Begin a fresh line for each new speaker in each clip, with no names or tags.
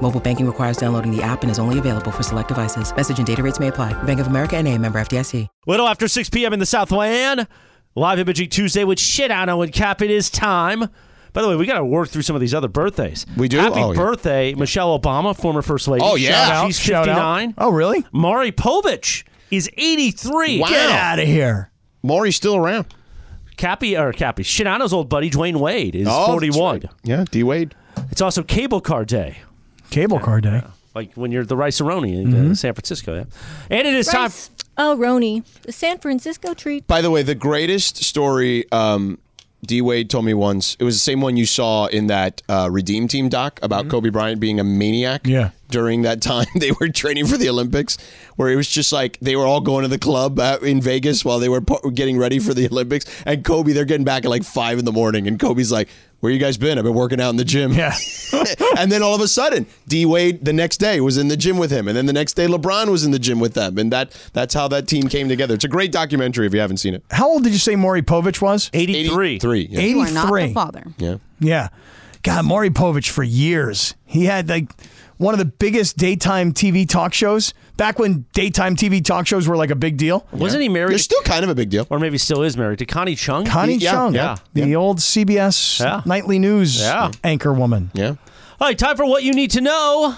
Mobile banking requires downloading the app and is only available for select devices. Message and data rates may apply. Bank of America and a member FDIC.
Little after 6 p.m. in the Southland. Live Imaging Tuesday with shit on and Cap. It is time. By the way, we got to work through some of these other birthdays.
We do?
Happy
Oh, yeah.
birthday, Michelle Obama, former first lady.
Oh, yeah.
Shout out.
She's
she's 59.
Oh, really?
Maury Povich is 83.
Wow.
Get out of here.
Maury's still around.
Cappy or Cappy Shinano's old buddy Dwayne Wade is
Oh, that's
41.
right. Yeah, D Wade.
It's also Cable Car Day,
Cable car day. Mm-hmm.
like when you're at the Rice Aroni in uh, San Francisco. Yeah, and it is time.
Rice. Oh, Roni. The San Francisco treat.
By the way, the greatest story um, D Wade told me once. It was the same one you saw in that uh, Redeem Team doc about Kobe Bryant being a maniac.
Yeah.
During that time, they were training for the Olympics, where it was just like they were all going to the club uh, in Vegas while they were po- getting ready for the Olympics. And Kobe, they're getting back at like five in the morning, and Kobe's like, "Where you guys been? I've been working out in the gym."
Yeah.
and then all of a sudden, D Wade the next day was in the gym with him, and then the next day LeBron was in the gym with them, and that that's how that team came together. It's a great documentary if you haven't seen it.
How old did you say Maury Povich was?
83.
Three. Yeah.
You are not the
83.
father.
yeah.
Yeah. God, Maury Povich for years. He had like one of the biggest daytime TV talk shows back when daytime TV talk shows were like a big deal.
Wasn't he married?
They're still kind of a big deal.
or maybe still is married to Connie Chung.
Connie
Yeah,
Chung,
yeah,
the old CBS
Yeah.
nightly news
Yeah.
anchor woman.
Yeah.
All right, time for what you need to know.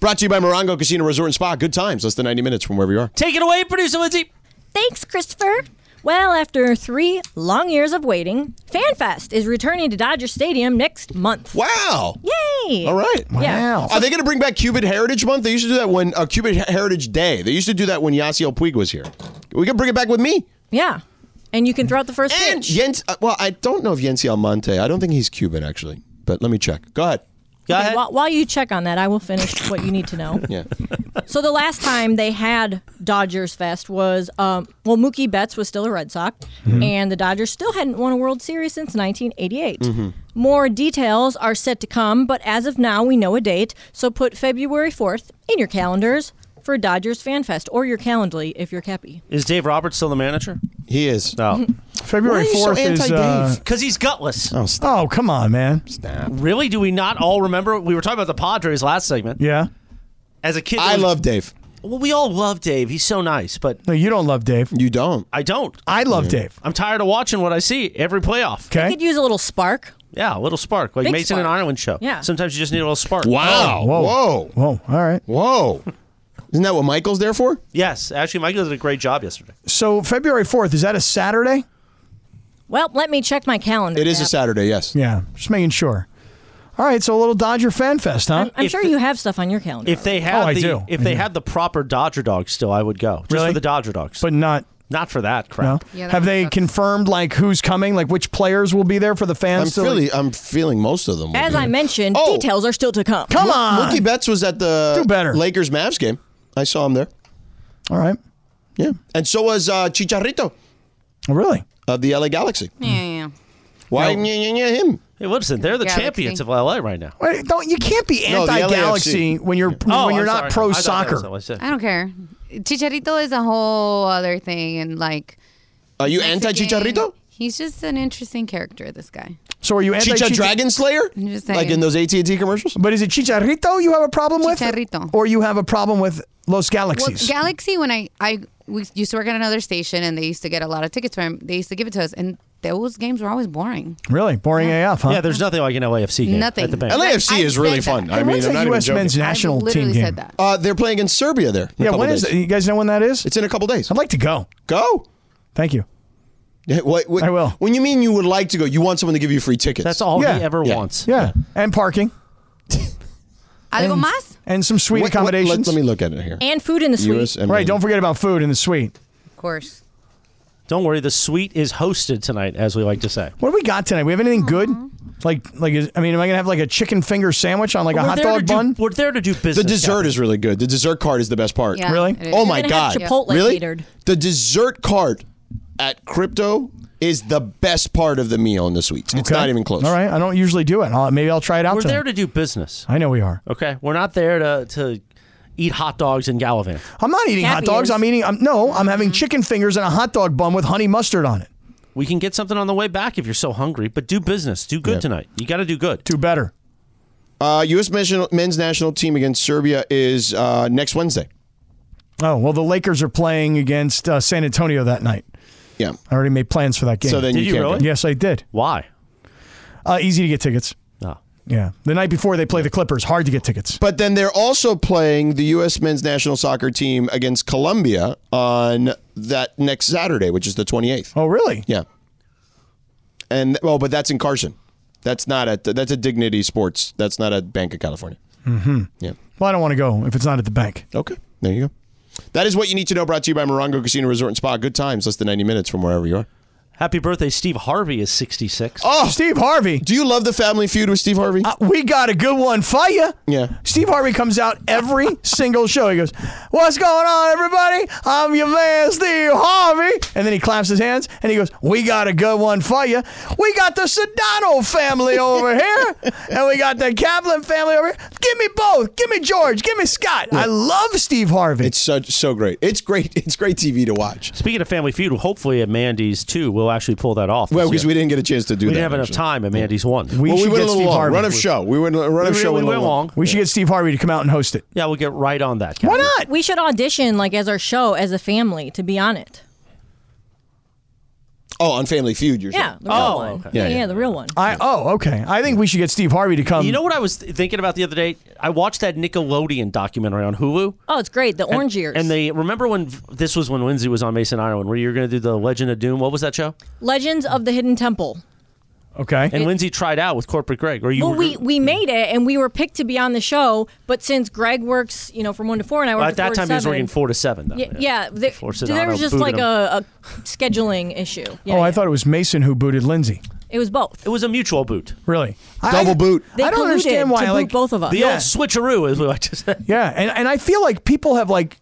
Brought to you by Morongo Casino Resort and Spa. Good times, less than 90 minutes from wherever you are.
Take it away, producer Lindsay.
Thanks, Christopher. Well, after three long years of waiting, FanFest is returning to Dodger Stadium next month.
Wow.
Yay!
All right.
Yeah.
Wow.
Are they going to bring back Cuban Heritage Month? They used to do that when uh, Cuban Heritage Day. They used to do that when Yasiel Puig was here. We can bring it back with me.
Yeah. And you can throw out the first
And
pitch.
Jens, uh, well, I don't know if Yency Almonte. I don't think he's Cuban actually, but let me check. Go ahead.
Go
Okay,
ahead.
while, while you check on that, I will finish what you need to know.
Yeah.
So the last time they had Dodgers Fest was, um, well, Mookie Betts was still a Red Sox,
Mm-hmm.
and the Dodgers still hadn't won a World Series since 1988.
Mm-hmm.
Mm-hmm.
More details are set to come, but as of now, we know a date. So put February 4th in your calendars for Dodgers Fan Fest or your Calendly if you're Cappy.
Is Dave Roberts still the manager?
He is.
No,
February
Why are you so
4th is. Uh,
anti-Dave?
because he's gutless.
oh, come on, man.
Really? Do we not all remember? We were talking about the Padres last segment.
Yeah.
As a kid,
I
it was-
love Dave.
Well, we all love Dave. He's so nice, but
No, you don't love Dave.
You don't.
I don't.
I love Dave.
I'm tired of watching what I see every playoff.
You
Okay.
could use a little spark.
Yeah, a little spark, like
Big
Mason and
spark.
Ireland show.
Yeah.
Sometimes you just need a little spark.
Wow. Whoa.
Whoa.
Whoa.
Whoa. All right.
Isn't that what Michael's there for?
Yes, actually, Michael did a great job yesterday.
So February 4th, is that a Saturday?
Well, let me check my calendar.
It is a
Cap.
Saturday, yes.
Yeah. Just making sure. All right. So a little Dodger Fan Fest, huh?
I'm
If
sure
the-
you have stuff on your calendar.
If they had
Oh, I
the
do.
if
I
they
do.
had the proper Dodger dogs, still I would go just
Really?
for the Dodger dogs,
but not.
not for that
No.
crap.
Yeah, that
Have they
sucks.
confirmed like who's coming, like which players will be there for the
I'm
fans? to, like-
feeling I'm feeling most of them. will
as
be.
I mentioned,
Oh.
details are still to come.
Come on.
Mookie Betts was at the
Do better.
Lakers Mavs game. I saw him there.
All right.
Yeah. And so was uh, Chicharrito
Oh, really?
of the LA Galaxy.
Yeah, yeah.
Why yeah, yeah, yeah, him?
Hey, listen, they're the
Galaxy.
champions of LA right now.
Wait, don't you can't be
No, the
anti-Galaxy
LAFC.
when you're
Oh,
when you're
I'm
not
sorry. I
pro
thought that was
soccer.
what I said.
I don't care. Chicharito is a whole other thing, and like
Are you anti
Mexican-
Chicharrito?
He's just an interesting character. This guy.
So are you anti
Chicha Dragon Slayer?
just saying.
Like in those AT&T commercials?
But is it Chicharito you have a problem with?
Chicharrito.
Or you have a problem with Los
Well,
Galaxies?
Galaxy. When I I we used to work at another station, and they used to get a lot of tickets from. They used to give it to us, and those games were always boring.
really boring AF, huh?
Yeah, there's nothing like an LAFC game.
Nothing.
At the bank.
Like,
LAFC
I
is really
said
fun.
that.
I
Hey,
mean,
when's
I'm
the
not even
U.S.
joking.
men's national
I literally
team game?
said that.
Uh, they're playing against Serbia there. in a
Yeah,
couple
when is
days.
that? You guys know when that is?
It's in a couple days.
I'd like to go.
Go.
Thank you.
Yeah, what- what-
I will.
When you mean you would like to go, you want someone to give you free tickets.
That's all
Yeah.
he ever
Yeah.
wants.
Yeah, and parking
Algo más?
and some
What-
sweet
what-
accommodations.
let, let me look at it here.
And food in the suite.
US and
Right, don't forget about food and the suite.
Of course.
Don't worry, the suite is hosted tonight, as we like to say.
What do we got tonight? We have anything good? Like, like is, I mean, am I gonna have like a chicken finger sandwich on like a
we're
hot
there to
dog
do-
bun?
we're there to do business.
The dessert
Kathy.
is really good. The dessert cart is the best part.
Yeah,
Really?
it is.
Oh my
You're gonna
god!
have Chipotle
really?
catered.
The dessert cart at Crypto is the best part of the meal and the sweets. It's
Okay.
not even close.
All right, I don't usually do it. I'll, maybe I'll try it out.
We're
tonight.
there to do business.
I know we are.
Okay, we're not there to to eat hot dogs and gallivant.
I'm not eating hot
Happy
dogs.
is.
I'm eating. I'm, no, I'm having chicken fingers and a hot dog bun with honey mustard on it.
We can get something on the way back if you're so hungry. But do business. Do good tonight. You got to do good.
Do better.
Uh, U.S. men's- men's national team against Serbia is uh, next Wednesday.
Oh well, the Lakers are playing against uh, San Antonio that night.
Yeah.
I already made plans for that game.
So then
Did
you
you
can't.
really?
go.
yes, I did.
Why? Oh.
Uh, easy to get tickets.
No.
Yeah, the night before they play the Clippers. Hard to get tickets.
But then they're also playing the U.S. men's national soccer team against Colombia on that next Saturday, which is the 28th.
Oh really?
Yeah. And well, but that's in Carson. That's not at that's a Dignity Sports. That's not at Bank of California. Mm-hmm. Yeah.
Well, I don't want to go if it's not at the bank.
Okay. There you go. That is what you need to know. Brought to you by Morongo Casino Resort and Spa. Good times, less than ninety minutes from wherever you are.
Happy birthday, Steve Harvey is 66.
Oh, Steve Harvey.
Do you love the Family Feud with Steve Harvey?
Uh, we got a good one for you.
Yeah.
Steve Harvey comes out every single show. He goes, What's going on, everybody? I'm your man, Steve Harvey. And then he claps his hands and he goes, We got a good one for you. We got the Sedano family over here, and we got the Kaplan family over here. Give me both. Give me George. Give me Scott. I love Steve Harvey.
It's so so great. It's great. It's great TV to watch.
Speaking of Family Feud, hopefully at Mandy's too, we'll actually pull that off.
Well,
this
because
year.
we didn't get a chance to do
we
that.
didn't have enough
actually.
time, and Mandy's won.
We
Well, we went
should get
a little
Steve
long.
Harvey.
Run of show. We went run of
We
show. went a
really went
little
long.
we should get Steve Harvey to come out and host it.
Yeah, we'll get right on that.
Why
Kathy.
not?
We should audition like as our show as a family to be on it.
Oh, on Family Feud, you're
Yeah,
saying.
the real
Oh,
one.
okay.
Yeah,
Yeah,
yeah,
yeah.
the real one.
I oh okay. I think we should get Steve Harvey to
Um,
come.
You know what I was th- thinking about the other day? I watched that Nickelodeon documentary on Hulu.
Oh, it's great. The orange years.
And they remember when this was when Lindsay was on Mason Island, where you were going to do the Legend of Doom. What was that show?
Legends of the Hidden Temple.
okay.
And Lindsay tried out with Corporate Greg. Or you?
Well,
were-
we we made it, and we were picked to be on the show. But since Greg works, you know, from one to four, and I work
Well, at that
four
time,
to
he was
seven,
working four to seven. Though.
Yeah, yeah there,
Four to
there
nine,
was
I
just
booted
like
him.
a, a scheduling issue. Yeah,
oh, I
yeah.
thought it was Mason who booted Lindsay.
it was both.
It was a mutual boot.
Really?
Double boot.
They
I don't
colluded
understand why.
to boot
like
both of us.
The
Yeah.
old switcheroo, as we like to say.
Yeah, and and I feel like people have like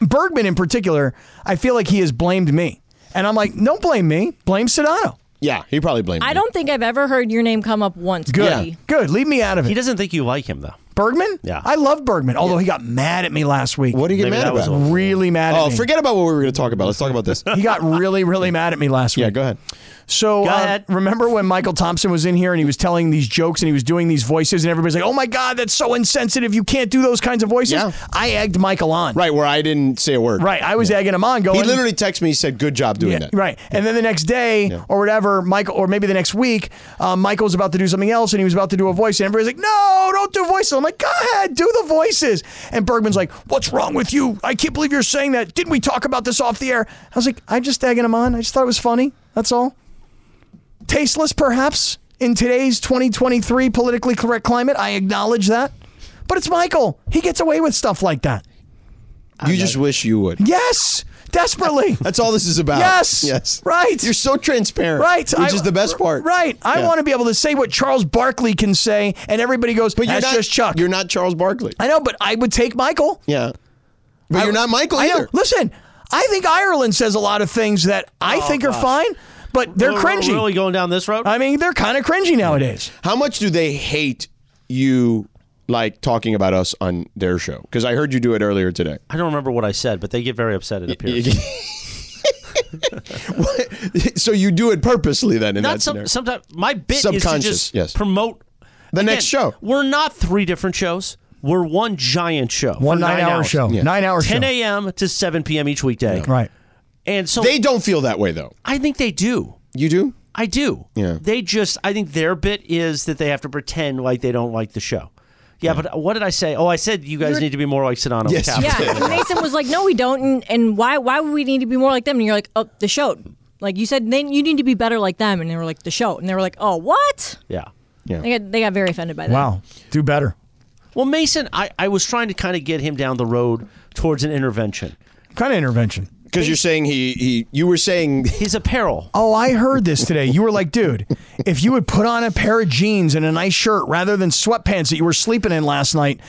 Bergman in particular. I feel like he has blamed me, and I'm like, don't blame me. Blame Sedano.
Yeah, he probably blamed.
I
me.
don't think I've ever heard your name come up once.
Good,
Cody.
good. Leave me out of
He
it.
doesn't think you like him, though.
Bergman.
Yeah.
I love Bergman. Although he got mad at me last week.
What do you get
Maybe
mad
that was
about?
all.
Really mad at
Oh,
me.
forget about what we were going to talk about. Let's talk about this.
He got really, really mad at me last week.
Yeah, go ahead.
So
Go
um,
ahead.
remember when Michael Thompson was in here and he was telling these jokes and he was doing these voices and everybody's like, "Oh my God, that's so insensitive! You can't do those kinds of voices."
Yeah.
I egged Michael on.
Right where I didn't say a word.
Right. I was egging him on. Going.
He literally texted me. He said, "Good job doing
Yeah,
that."
Right. And then the next day or whatever, Michael, or maybe the next week, um, Michael was about to do something else and he was about to do a voice. And everybody's like, no, don't do voices. I'm like, go ahead, do the voices. And Bergman's like, what's wrong with you? I can't believe you're saying that. Didn't we talk about this off the air? I was like, I'm just egging him on. I just thought it was funny. That's all. Tasteless, perhaps, in today's 2023 politically correct climate. I acknowledge that. But it's Michael. He gets away with stuff like that.
You just wish you would.
Yes, desperately.
That's all this is about.
Yes.
Yes.
Right.
You're so transparent.
Right.
Which
I-
is the best part.
Right. I
Yeah.
want to be able to say what Charles Barkley can say, and everybody goes,
But
but
you're
that's
not
just Chuck.
You're not Charles Barkley.
I know, but I would take Michael.
Yeah. But you're not Michael
I know.
either.
Listen, I think Ireland says a lot of things that
Oh,
I think are fine, but they're
We're- we're
cringy.
Really going down this road?
I mean, they're kind of cringy nowadays.
How much do they hate you like talking about us on their show? Because I heard you do it earlier today.
I don't remember what I said, but they get very upset. It appears.
so you do it purposely then in
Not
that
some,
scenario.
sometimes my bit is to
Subconscious,
just
yes.
promote
The next show.
We're not three different shows. We're one giant show.
One
for nine
nine-hour
hours.
show. Nine-hour show.
10 a.m. to 7 p.m. each weekday.
Right.
And so
they don't feel that way though.
I think they do.
You do?
I do.
Yeah.
They just, I think their bit is that they have to pretend like they don't like the show. Yeah, but what did I say? Oh, I said you guys need to be more like Sedano.
Yes,
and
you
Kaplan.
Yeah, and Mason was like, "No, we don't." And, and why? Why would we need to be more like them? And you're like, "Oh, the show." Like you said, then you need to be better like them. And they were like, "The show." And they were like, "Oh, what?"
Yeah.
They got they got very offended by that.
Wow. Do better.
Well, Mason, I, I was trying to kind of get him down the road towards an intervention.
Kind of intervention.
Because you're saying he, he, you were saying
His apparel.
Oh, I heard this today. You were like, dude, if you would put on a pair of jeans and a nice shirt rather than sweatpants that you were sleeping in last night.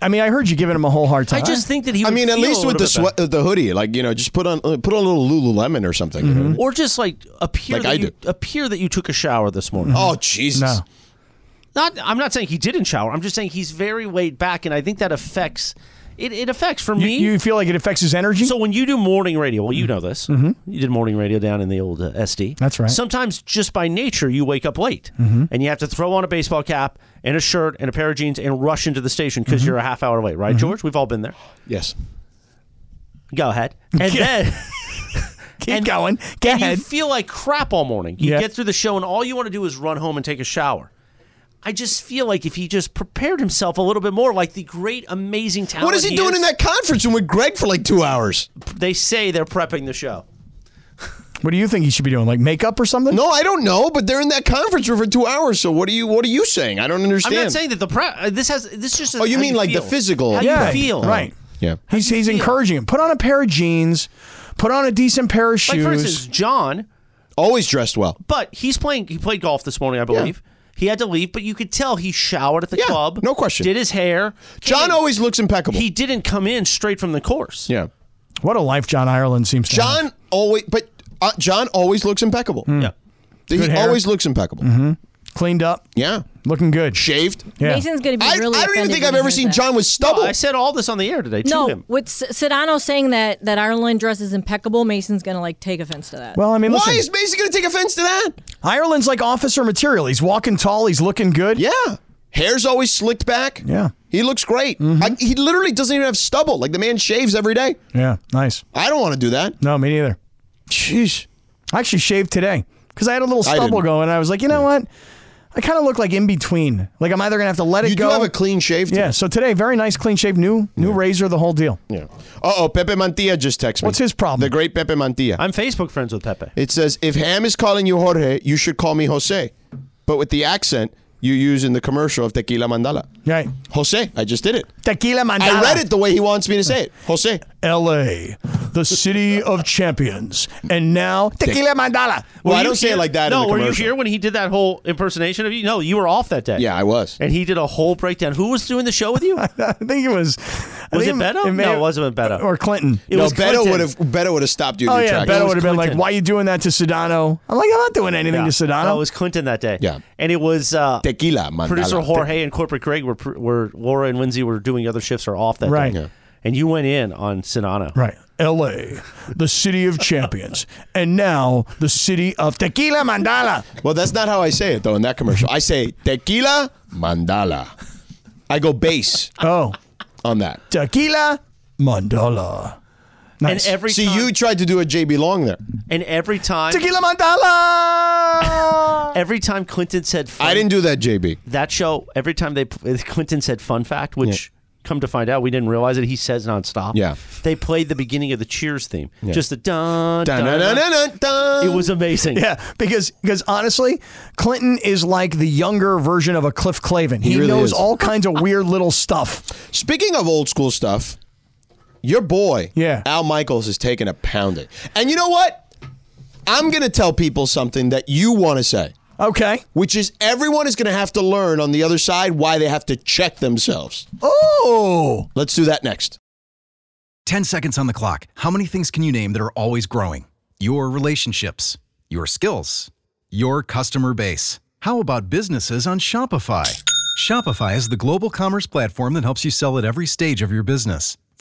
I mean, I heard you giving him a whole hard time.
I just think that he.
I
would
mean, at
feel
least
a
with the
little bit
sweat, the hoodie, like you know, just put on uh, put on a little Lululemon or something. you know?
better. Mm-hmm. or just like appear
Like
that
I
you,
do.
appear that you took a shower this morning.
Oh Jesus!
No.
Mm-hmm. Not, I'm not saying he didn't shower. I'm just saying he's very weighed back, and I think that affects. It, it affects for
you,
me.
you feel like it affects his energy? Mm-hmm.
So when you do morning radio, well, you know this. You did morning radio down in the old uh, SD.
That's right. Mm-hmm.
Sometimes just by nature, you wake up late and you have to throw on a baseball cap and a shirt and a pair of jeans and rush into the station
Mm-hmm.
because you're a half hour late, right, George? We've all been there.
Yes.
Go ahead. And then
Keep going. Go
and
ahead.
you feel like crap all morning. You
Yeah.
get through the show and all you want to do is run home and take a shower. I just feel like if he just prepared himself a little bit more, like the great, amazing talent.
What is he doing
is,
in that conference room with Greg for like two hours?
They say they're prepping the show.
what do you think he should be doing? Like makeup or something?
No, I don't know, but they're in that conference room for two hours. So what are you? What are you saying? I don't
I'm
understand.
not saying that the prep. uh, This has this just.
Oh, you
how
mean like the
feel.
physical- Oh.
How
Yeah.
you feel?
Right.
Yeah.
He's, he's
feel?
encouraging him. Put on a pair of jeans. Put on a decent pair of
Like
shoes.
for instance, John,
Always dressed well.
but he's playing. He played golf this morning, I believe. He had to leave, but you could tell he showered at the
Yeah,
club.
no question.
Did his hair.
John
Came-
always looks impeccable.
He didn't come in straight from the course.
yeah.
what a life John Ireland seems to have.
John always, but uh, John always looks impeccable.
Yeah.
He
Hmm. hair. Mm-hmm.
always looks impeccable.
Cleaned up.
Yeah.
Looking good.
Shaved.
Yeah.
Mason's going to be
I,
really.
I don't even
offended
think
when
I've
he
ever
hears
seen
that.
John with stubble.
I said all this on the air today to
No,
him.
with S- Sedano saying that that Ireland dress is impeccable, Mason's going to like take offense to that.
Well, I mean,
Why
listen.
is Mason going to take offense to that?
Ireland's like officer material. He's walking tall. He's looking good.
Yeah. Hair's always slicked back.
Yeah. Mm-hmm.
He looks great. I, he literally doesn't even have stubble. Like the man shaves every day.
Yeah. Nice.
I don't want to do that.
No, me neither.
Jeez.
I actually shaved today because I had a little
I
stubble
didn't.
going. And I was like, you know what? I kind of look like in between. Like I'm either gonna have to let it
You
go.
do have a clean shave.
yeah. So today, very nice, clean shave, new, new razor, the whole deal.
Yeah. Uh oh. Pepe Mantilla just texted me.
What's his problem?
The great Pepe Mantilla.
I'm Facebook friends with Pepe.
it says if Ham is calling you Jorge, you should call me Jose, but with the accent you use in the commercial of Tequila Mandala.
Right.
Jose. I just did it.
Tequila Mandala.
I read it the way he wants me to say it. Jose.
L.A., the city of champions, and now Tequila Mandala.
Well,
Were
I
you
don't say it
here-
like that.
No,
in the
were you
commercial.
here when he did that whole impersonation of you? No, you were off that day.
Yeah, I was.
And he did a whole breakdown. Who was doing the show with you?
I think it was. I
Was
think
it Beto?
may-
No, it wasn't Beto.
Or Clinton.
It
No,
was
Beto
Clinton.
would have Beto would have stopped you. in
Oh
your
yeah,
tracks.
Beto
was
would have been like,
Clinton.
"Why are you doing that to Sedano?" I'm like, "I'm not doing anything
Yeah.
to
No, it
Sedano."
was Clinton that day.
Yeah.
And it was uh,
Tequila Mandala.
producer Jorge and corporate Greg were, pr- were Laura and Lindsay were doing other shifts or off that
Right.
day.
Yeah.
And you went in on Sinano.
right, L.A., the city of champions, and now the city of Tequila Mandala.
Well, that's not how I say it though. In that commercial, I say tequila mandala. I go base
Oh,
on that.
Tequila Mandala.
And
Nice.
every
See,
time,
you tried to do a JB Long there.
and every time
Tequila Mandala.
every time Clinton said fun,
I didn't do that, JB.
that show every time they Clinton said fun fact, which come to find out we didn't realize it. He says nonstop.
Yeah.
they played the beginning of the Cheers theme, just the dun dun, dun,
Dun-dun-dun-dun-dun.
It was amazing.
Yeah, because because honestly, Clinton is like the younger version of a Cliff Clavin. He,
really
knows
is.
all kinds of weird little stuff.
Speaking of old school stuff, your boy,
Yeah.
Al Michaels, is taking a pounding. And you know what? I'm gonna tell people something that you want to say,
Okay.
which is everyone is gonna have to learn on the other side why they have to check themselves.
Oh.
Let's do that next.
10 seconds on the clock. How many things can you name that are always growing? Your relationships, your skills, your customer base. How about businesses on Shopify? Shopify is the global commerce platform that helps you sell at every stage of your business.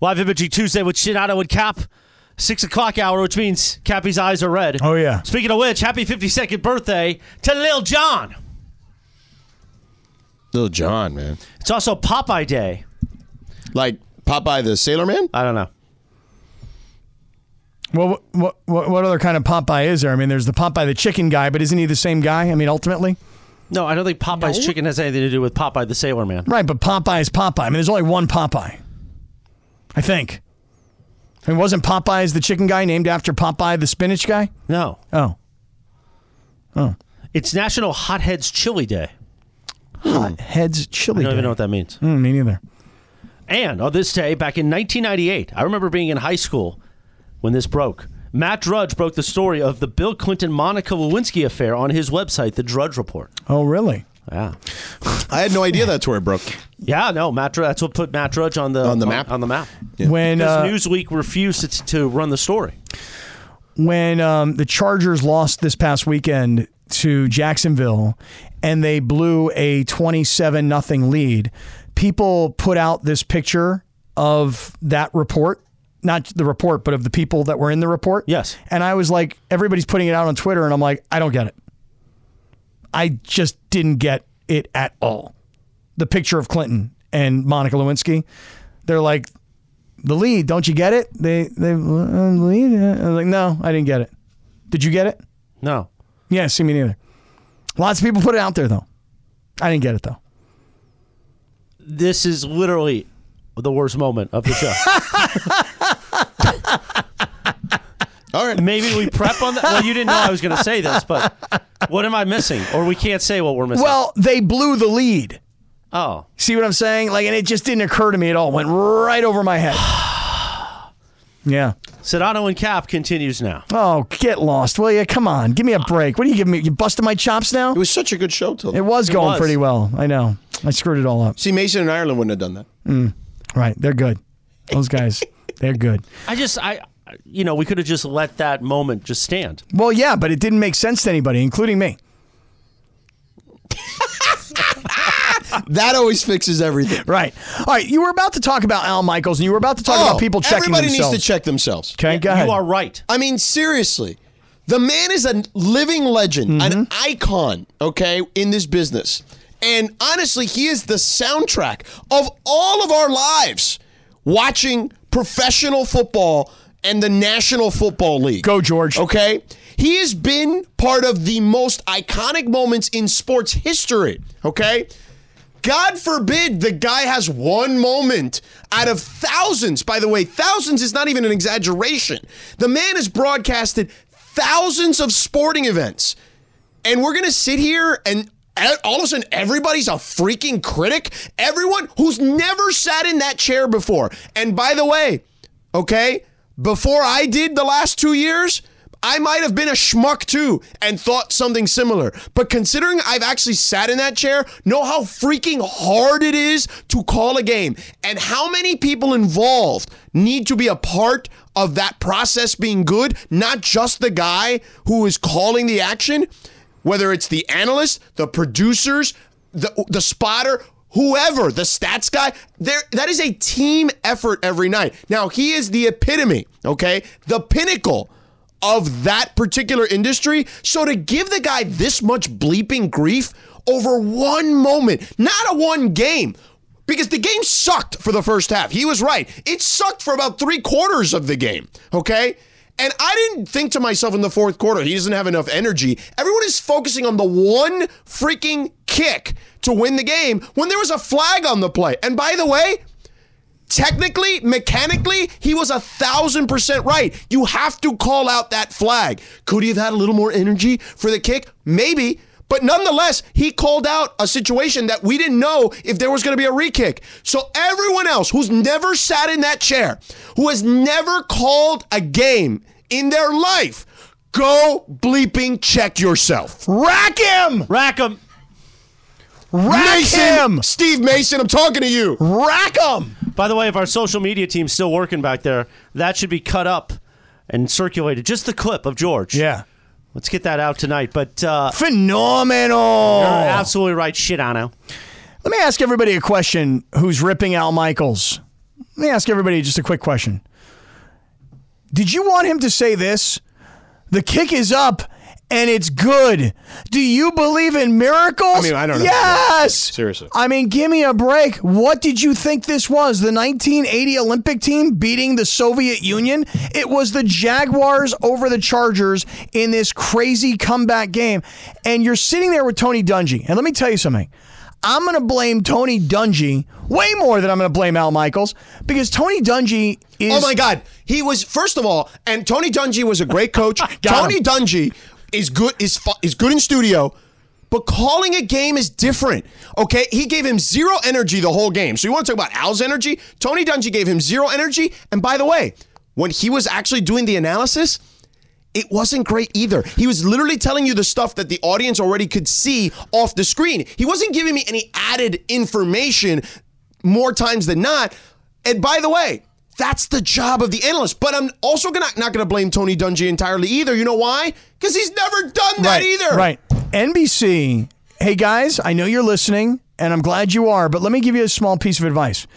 Live Imaging Tuesday with Shinato and Cap. Six o'clock hour, which means Cappy's eyes are red.
Oh, yeah.
Speaking of which, happy 52nd birthday to Lil John.
Little John, man.
It's also Popeye Day.
Like Popeye the Sailor Man?
I don't know.
Well, what, what what other kind of Popeye is there? I mean, there's the Popeye the chicken guy, but isn't he the same guy? I mean, ultimately,
No, I don't think Popeye's chicken has anything to do with Popeye the Sailor Man.
right? But Popeye is Popeye. I mean, there's only one Popeye, I think. I mean, wasn't Popeye's the chicken guy named after Popeye the spinach guy?
No.
Oh,
It's National Oh, Hotheads Chili Day.
heads
I
chili.
don't even
Day.
know what that means.
Mm, me neither.
And on this day, back in 1998, I remember being in high school when this broke. Matt Drudge broke the story of the Bill Clinton Monica Lewinsky affair on his website, The Drudge Report.
Oh, really?
Yeah.
I had no idea that's where it broke.
Yeah, no, Matt. Drudge, that's what put Matt Drudge on the
On the map?
On the map.
When
Because
uh,
Newsweek refused to, to run the story.
when um, the Chargers lost this past weekend to Jacksonville and they blew a 27 nothing lead, people put out this picture of that report, not the report, but of the people that were in the report.
Yes.
And I was like, everybody's putting it out on Twitter, and I'm like, I don't get it. I just didn't get it at all. The picture of Clinton and Monica Lewinsky, they're like, the lead. Don't you get it? They they uh, lead. uh, I was like, no, I didn't get it. Did you get it?
No.
Yeah, see me neither. Lots of people put it out there though. I didn't get it though.
This is literally the worst moment of the show.
All right.
Maybe we prep on that. Well, you didn't know I was going to say this, but what am I missing? Or we can't say what we're missing.
Well, they blew the lead.
oh,
See what I'm saying? Like, and it just didn't occur to me at all. Went right over my head. Yeah.
Sedano and Cap continues now.
Oh, get lost, will you? Come on, give me a break. What are you giving me? You busting my chops now?
It was such a good show till
It was going
was.
pretty well. I know. I screwed it all up. Mm.
See, Mason in Ireland wouldn't have done that.
Right. They're good. Those guys, they're good.
I just, I, you know, we could have just let that moment just stand.
Well, yeah, but it didn't make sense to anybody, including me.
That always fixes everything.
Right. All right. You were about to talk about Al Michaels, and you were about to talk about people checking
Oh, everybody
themselves.
needs to check themselves.
Okay, go ahead.
You are right.
I mean, seriously, the man is a living legend, an
Mm-hmm.
icon, okay, in this business. And honestly, he is the soundtrack of all of our lives watching professional football and the National Football League.
Go, George.
Okay? He has been part of the most iconic moments in sports history, okay? God forbid the guy has one moment out of thousands. By the way, thousands is not even an exaggeration. The man has broadcasted thousands of sporting events. And we're going to sit here and e- all of a sudden everybody's a freaking critic. Everyone who's never sat in that chair before. And by the way, okay, before I did the last two years, I might have been a schmuck too and thought something similar. But considering I've actually sat in that chair, know how freaking hard it is to call a game and how many people involved need to be a part of that process being good, not just the guy who is calling the action, whether it's the analyst, the producers, the, the spotter, whoever, the stats guy, there that is a team effort every night. Now, he is the epitome, okay? The pinnacle of that particular industry. So to give the guy this much bleeping grief over one moment, not a one game, because the game sucked for the first half. He was right. It sucked for about three quarters of the game, okay? And I didn't think to myself in the fourth quarter, he doesn't have enough energy. Everyone is focusing on the one freaking kick to win the game when there was a flag on the play. And by the way, technically, mechanically, he was a thousand percent right. You have to call out that flag. Could he have had a little more energy for the kick? Maybe. But nonetheless, he called out a situation that we didn't know if there was going to be a re kick. So, everyone else who's never sat in that chair, who has never called a game in their life, go bleeping check yourself.
Rack him!
Rackham.
Rack him!
Steve Mason, I'm talking to you.
Rack him!
By the way, if our social media team's still working back there, that should be cut up and circulated. Just the clip of George.
Yeah.
Let's get that out tonight. But uh,
Phenomenal.
you're absolutely right, shit, Anno.
Let me ask everybody a question who's ripping Al Michaels. Let me ask everybody just a quick question. Did you want him to say this? The kick is up and it's good. Do you believe in miracles?
I mean, I don't know.
Yes.
Seriously.
I mean, give me a break. What did you think this was? The 1980 Olympic team beating the Soviet Union? It was the Jaguars over the Chargers in this crazy comeback game. And you're sitting there with Tony Dungy. And let me tell you something. I'm going to blame Tony Dungy way more than I'm going to blame Al Michaels because Tony Dungy is
Oh my God, he was first of all, and Tony Dungy was a great coach. Tony Dungy is good is fu- is good in studio. But calling a game is different. Okay, he gave him zero energy the whole game. So you want to talk about Al's energy? Tony Dungy gave him zero energy. And by the way, when he was actually doing the analysis, it wasn't great either. He was literally telling you the stuff that the audience already could see off the screen. He wasn't giving me any added information more times than not. And by the way, that's the job of the analyst. But I'm also gonna, not going to blame Tony Dungy entirely either. You know why? Because he's never done that
right,
either.
Right. NBC, hey guys, I know you're listening and I'm glad you are, but let me give you a small piece of advice.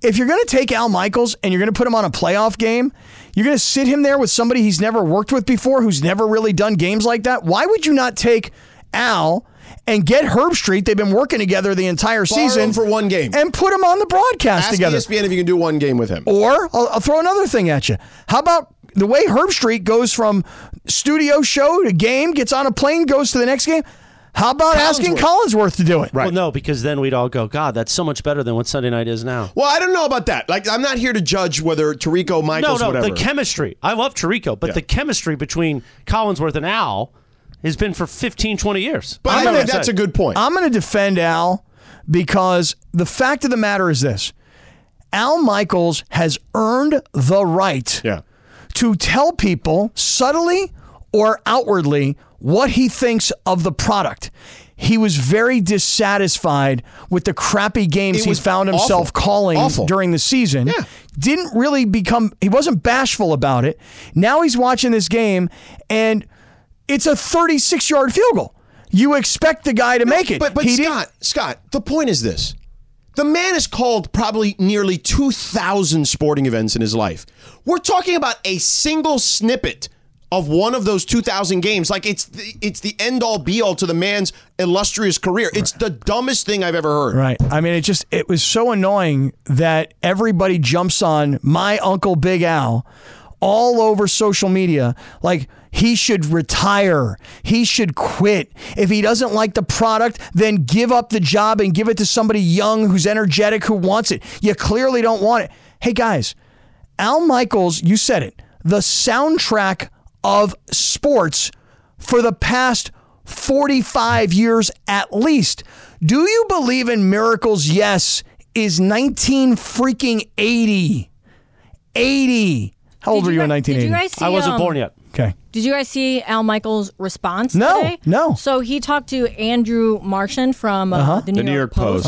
If you're going to take Al Michaels and you're going to put him on a playoff game, you're going to sit him there with somebody he's never worked with before who's never really done games like that. Why would you not take Al and get Herb Street? They've been working together the entire
Borrow
season
him for one game.
and put him on the broadcast
Ask E
together.
ESPN if you can do one game with him.
Or I'll, I'll throw another thing at you. How about the way Herb Street goes from studio show to game, gets on a plane, goes to the next game? How about asking Collinsworth to do it?
Well, no, because then we'd all go, God, that's so much better than what Sunday night is now.
Well, I don't know about that. Like, I'm not here to judge whether Tarico, Michaels,
no, no,
whatever.
the chemistry. I love Tarico, but the chemistry between Collinsworth and Al has been for 15, 20 years.
but I think that's a good point.
I'm going to defend Al because the fact of the matter is this Al Michaels has earned the right
yeah.
to tell people subtly or outwardly what he thinks of the product. He was very dissatisfied with the crappy games
It
he
was
found himself
awful.
calling
Awful.
during the season.
Yeah.
Didn't really become, he wasn't bashful about it. Now he's watching this game and it's a 36 yard field goal. You expect the guy to make it.
But but
he didn't-
Scott, Scott, the point is this. The man has called probably nearly 2,000 sporting events in his life. We're talking about a single snippet of one of those 2,000 games. Like it's the, it's the end all be all to the man's illustrious career. It's the dumbest thing I've ever heard.
Right. I mean, it just it was so annoying that everybody jumps on my uncle Big Al all over social media like he should retire. He should quit. If he doesn't like the product, then give up the job and give it to somebody young who's energetic who wants it. You clearly don't want it. Hey guys, Al Michaels, you said it, the soundtrack of sports for the past 45 years at least. Do you believe in miracles? Yes, is 19 freaking 80. 80. How old
Did
were you in
guys- Did
1980?
you guys see,
I wasn't
um,
born yet.
okay.
Did you guys see Al Michaels' response?
No,
today?
no. Uh-huh.
So he talked to Andrew Martian from uh, the, New York Post.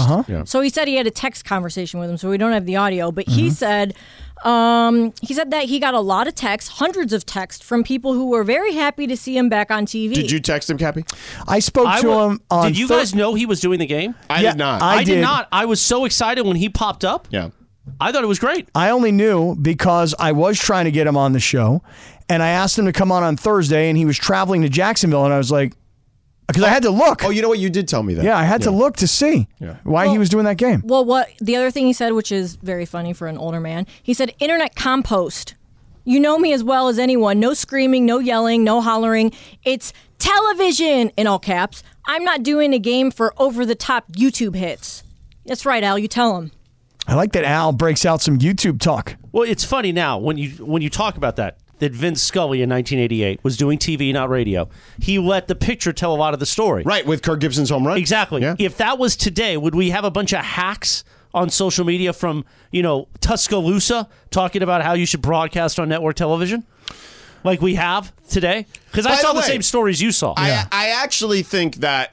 So he said he had a text conversation with him. So we don't have the audio, but
Mm-hmm.
he said, um, he said that he got a lot of texts, hundreds of texts from people who were very happy to see him back on TV.
Did you text him, Cappy?
I spoke
I
to
wa-
him on
Did you
Thur-
guys know he was doing the game?
I
Yeah,
did not.
I-
I did
did.
not. I was so excited when he popped up.
yeah.
I thought it was great.
I only knew because I was trying to get him on the show and I asked him to come on on Thursday and he was traveling to Jacksonville and I was like because I had to look.
Oh, you know what? You did tell me that.
yeah, I had to look to see why he was doing that game.
Well, what the other thing he said, which is very funny for an older man, he said, "Internet compost." You know me as well as anyone. No screaming, no yelling, no hollering. It's television in all caps. I'm not doing a game for over-the-top YouTube hits. That's right, Al. You tell him.
I like that Al breaks out some YouTube talk.
Well, it's funny now when you when you talk about that that Vince Scully in 1988 was doing TV, not radio. He let the picture tell a lot of the story.
Right, with Kirk Gibson's home run?
Exactly.
Yeah.
If that was today, would we have a bunch of hacks on social media from you know Tuscaloosa talking about how you should broadcast on network television, like we have today? Because I
By
saw
the
the
way,
same stories you saw.
I, I actually think that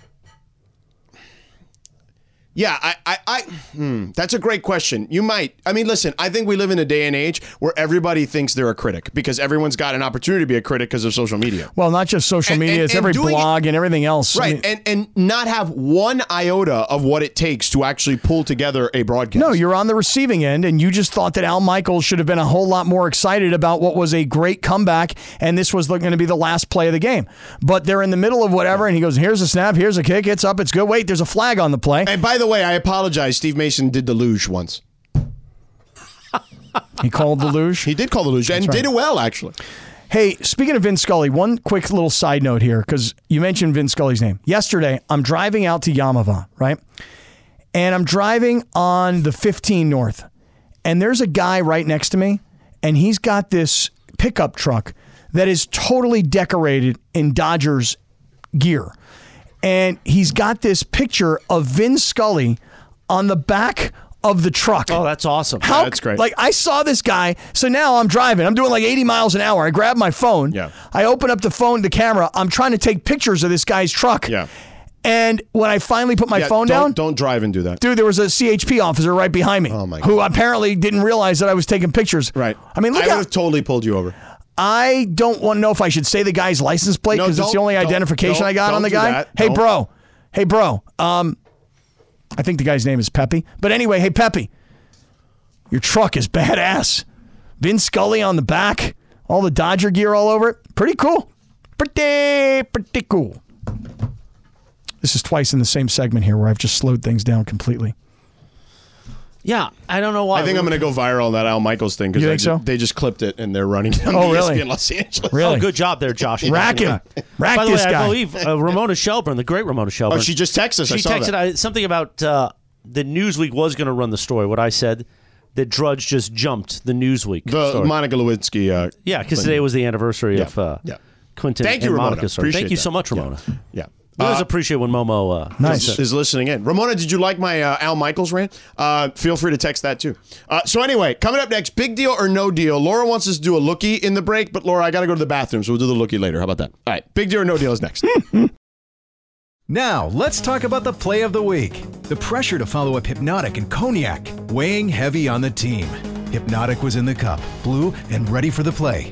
Yeah, I, I, I hmm, that's a great question. You might. I mean, listen, I think we live in a day and age where everybody thinks they're a critic because everyone's got an opportunity to be a critic because of social media.
Well, not just social
And-
media,
and-
it's
and
every
doing it-
blog and everything else. I
Right,
mean-
and and not have one iota of what it takes to actually pull together a broadcast.
No, you're on the receiving end, and you just thought that Al Michaels should have been a whole lot more excited about what was a great comeback, and this was going to be the last play of the game. But they're in the middle of whatever, and he goes, "Here's a snap, here's a kick, it's up, it's good. Wait, there's a flag on the play.
And by the way, I apologize. Steve Mason did the luge once.
He called the luge."
He did call the luge and did it well, actually.
Hey, speaking of Vin Scully, one quick little side note here because you mentioned Vin Scully's name. Yesterday, I'm driving out to Yamava, right? And I'm driving on the 15 North, and there's a guy right next to me, and he's got this pickup truck that is totally decorated in Dodgers gear. And he's got this picture of Vin Scully on the back of the truck.
Oh, that's awesome.
How,
that's great.
Like I saw this guy, so now I'm driving. I'm doing like 80 miles an hour. I grab my phone.
Yeah.
I open up the phone, the camera. I'm trying to take pictures of this guy's truck.
Yeah.
And when I finally put my
Yeah,
phone
don't,
down,
Don't drive and do that. Oh
dude, there was a CHP officer right behind me,
my
who apparently didn't realize that I was taking pictures.
Right.
I mean, look
I would
how
have totally pulled you over.
I don't want to know if I should say the guy's license plate
No,
because it's the
don't-
only
don't-
identification
don't-
I got
don't
on the
do
guy.
that.
Hey,
Don't.
bro. Hey, bro. Um, I think the guy's name is Peppy. But anyway, hey, Peppy, your truck is badass. Vin Scully on the back, all the Dodger gear all over it. Pretty cool. Pretty, pretty cool. This is twice in the same segment here where I've just slowed things down completely.
Yeah, I don't know why.
I think I'm going to go viral on that Al Michaels thing
You
because
think so?
they just clipped it and they're running down E
Oh,
to
really?
ESPN Los Angeles.
Really?
Oh, good job there, Josh.
Rack him. Rack
By the
this
way,
guy.
I believe uh, Ramona Shelburne, the great Ramona Shelburne.
Oh, she just texted us.
She
I saw
texted
that.
I, something about uh, the Newsweek was going to run the story. What I said that Drudge just jumped the Newsweek.
the
story.
Monica Lewinsky. Uh,
yeah, because today was the anniversary of uh,
yeah.
Clinton
Thank you,
and
Ramona.
Monica's story.
Appreciate
Thank you
that.
so much, Ramona.
yeah.
I always
Uh,
appreciate when Momo. Uh,
Nice.
is, is listening in. Ramona, did you like my uh, Al Michaels rant? Uh, feel free to text that too. Uh, so anyway, coming up next, big deal or no deal. Laura wants us to do a lookie in the break, but Laura, I got to go to the bathroom, so we'll do the lookie later. How about that? All right, big deal or no deal is next.
Now, let's talk about the play of the week. The pressure to follow up Hypnotic and Cognac, weighing heavy on the team. Hypnotic was in the cup, blue, and ready for the play.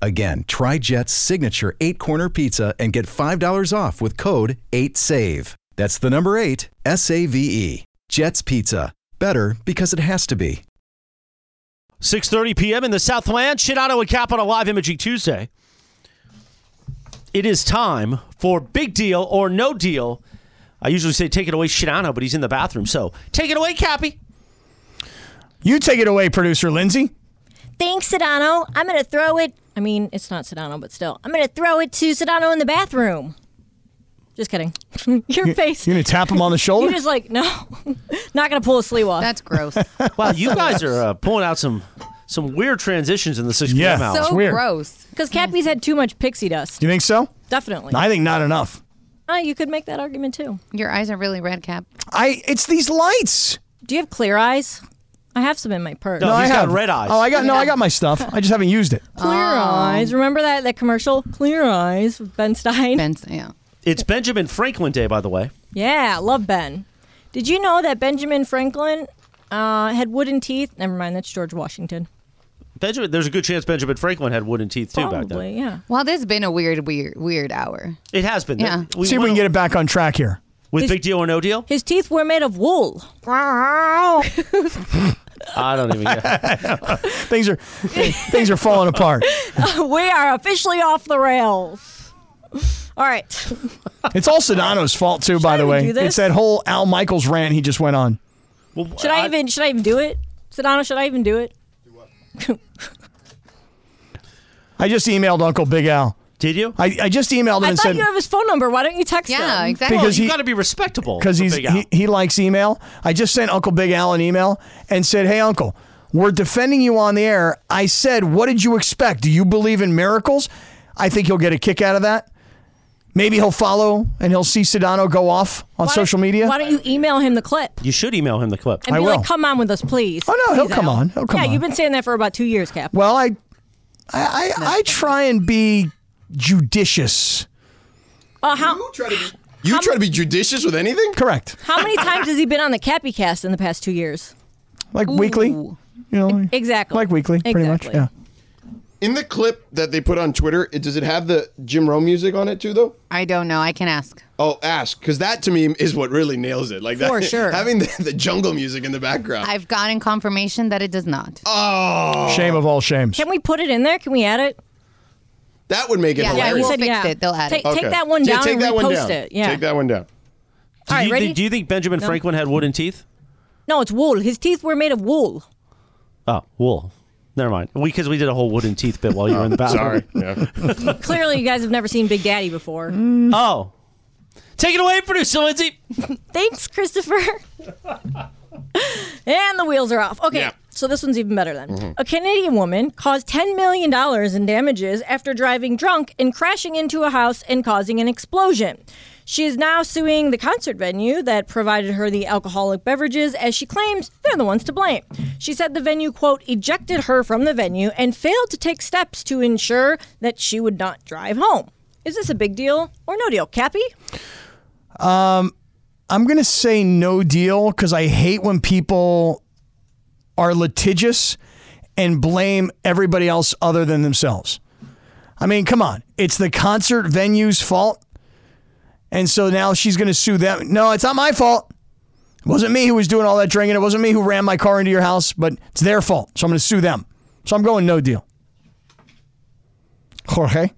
Again, try Jet's signature eight corner pizza and get $5 off with code 8SAVE. That's the number eight, S A V E. Jet's Pizza. Better because it has to be.
6:30 p.m. in the Southland, Shinano Capital Live Imaging Tuesday. It is time for big deal or no deal. I usually say take it away, Shinano, but he's in the bathroom, so take it away, Cappy.
You take it away, producer Lindsay.
Thanks, Sedano. I'm going to throw it. I mean, it's not Sedano, but still. I'm going to throw it to Sedano in the bathroom. Just kidding. Your face.
You gonna tap him on the shoulder?
You're just like, no, not going to pull a sleeve off.
That's gross.
Wow, you guys are uh, pulling out some some weird transitions in the 6 p.m.
Yeah.
hour.
It's
so
weird.
gross.
Because Cappy's had too much pixie dust.
Do you think so?
Definitely.
I think not enough.
Uh, you could make that argument too.
Your eyes are really red, Cap.
I. It's these lights.
Do you have clear eyes? I have some in my purse.
No.
No,
he's
I
got
have
red eyes.
Oh, I got no, I got my stuff. I just haven't used it.
Clear
Um,
eyes. Remember that that commercial? Clear eyes with Ben Stein.
Ben's, yeah.
It's Benjamin Franklin Day, by the way.
Yeah, love Ben. Did you know that Benjamin Franklin uh, had wooden teeth? Never mind, that's George Washington.
Benjamin, there's a good chance Benjamin Franklin had wooden teeth too back
Probably,
then.
yeah.
Well, this has been a weird, weird, weird hour.
It has been.
Yeah.
See if we
went
can get it back on track here.
with
His-
big deal or no deal.
His teeth were made of wool.
I don't even get
Things are things are falling apart.
we are officially off the rails. All right.
It's all Sedano's fault too, by
I
the
even
way.
do this?
It's that whole Al Michaels rant he just went on.
well,
Should I, even should I even do it? Sedano, should I even do it?
I just emailed Uncle Big Al.
Did you?
I, I just emailed him
I
and
thought
said
you have his phone number. Why don't you text
Yeah,
him?
exactly.
Because
you
he-
got to be respectable
because
for
he's
Big Al.
he, he likes email. I just sent Uncle Big Al an email and said, "Hey, Uncle, we're defending you on the air." I said, "What did you expect? Do you believe in miracles?" I think he'll get a kick out of that. Maybe he'll follow and he'll see Sedano go off on
Why don't-
social media.
Why don't you email him the clip
you should email him the clip.
and
I
be
will.
like, "Come on with us, please."
Oh, no, he'll
Please,
come
Al."
on. He'll come
yeah,
on.
you've been saying that for about two years, Cap.
well, I I I, I try and be judicious.
Uh, how
You try to be judicious with anything?
Correct.
how many times has he been on the Cappy Cast in the past two years?
Like weekly,
Ooh.
you know, like-
Exactly.
like weekly, pretty much.
Exactly.
Yeah.
In the clip that they put on Twitter, it, does it have the Jim Rome music on it too, though?
I don't know. I can ask.
Oh, ask, because that to me is what really nails it. Like that,
For sure.
having the, the jungle music in the background.
I've gotten confirmation that it does not.
oh,
Shame of all shames.
Can we put it in there? Can we add it?
that would make it
Yeah, yeah,
hilarious.
we said- Fix it. They'll add it.
take, Take
Okay.
that one
Yeah,
down
take
and
that one
repost
down.
it. Yeah.
Take that one down.
Do
All right,
you
ready?
think do you think Benjamin Franklin had wooden teeth?
no, it's wool. His teeth were made of wool.
Oh, wool. Never mind. Because we, did a whole wooden teeth bit while you were in the bathroom.
Sorry. Yeah.
Clearly, you guys have never seen Big Daddy before.
Oh. Take it away, producer Lindsay.
Thanks, Christopher. and the wheels are off. Okay.
Yeah.
So this one's even better then.
Mm-hmm.
A Canadian woman caused $10 million in damages after driving drunk and crashing into a house and causing an explosion. She is now suing the concert venue that provided her the alcoholic beverages as she claims they're the ones to blame. She said the venue, quote, ejected her from the venue and failed to take steps to ensure that she would not drive home. Is this a big deal or no deal, Cappy?
Um, I'm going to say no deal because I hate when people are litigious and blame everybody else other than themselves. I mean, come on. It's the concert venue's fault. And so now she's going to sue them. No, it's not my fault. It wasn't me who was doing all that drinking. It wasn't me who ran my car into your house, but it's their fault. So I'm going to sue them. So I'm going no deal. Jorge?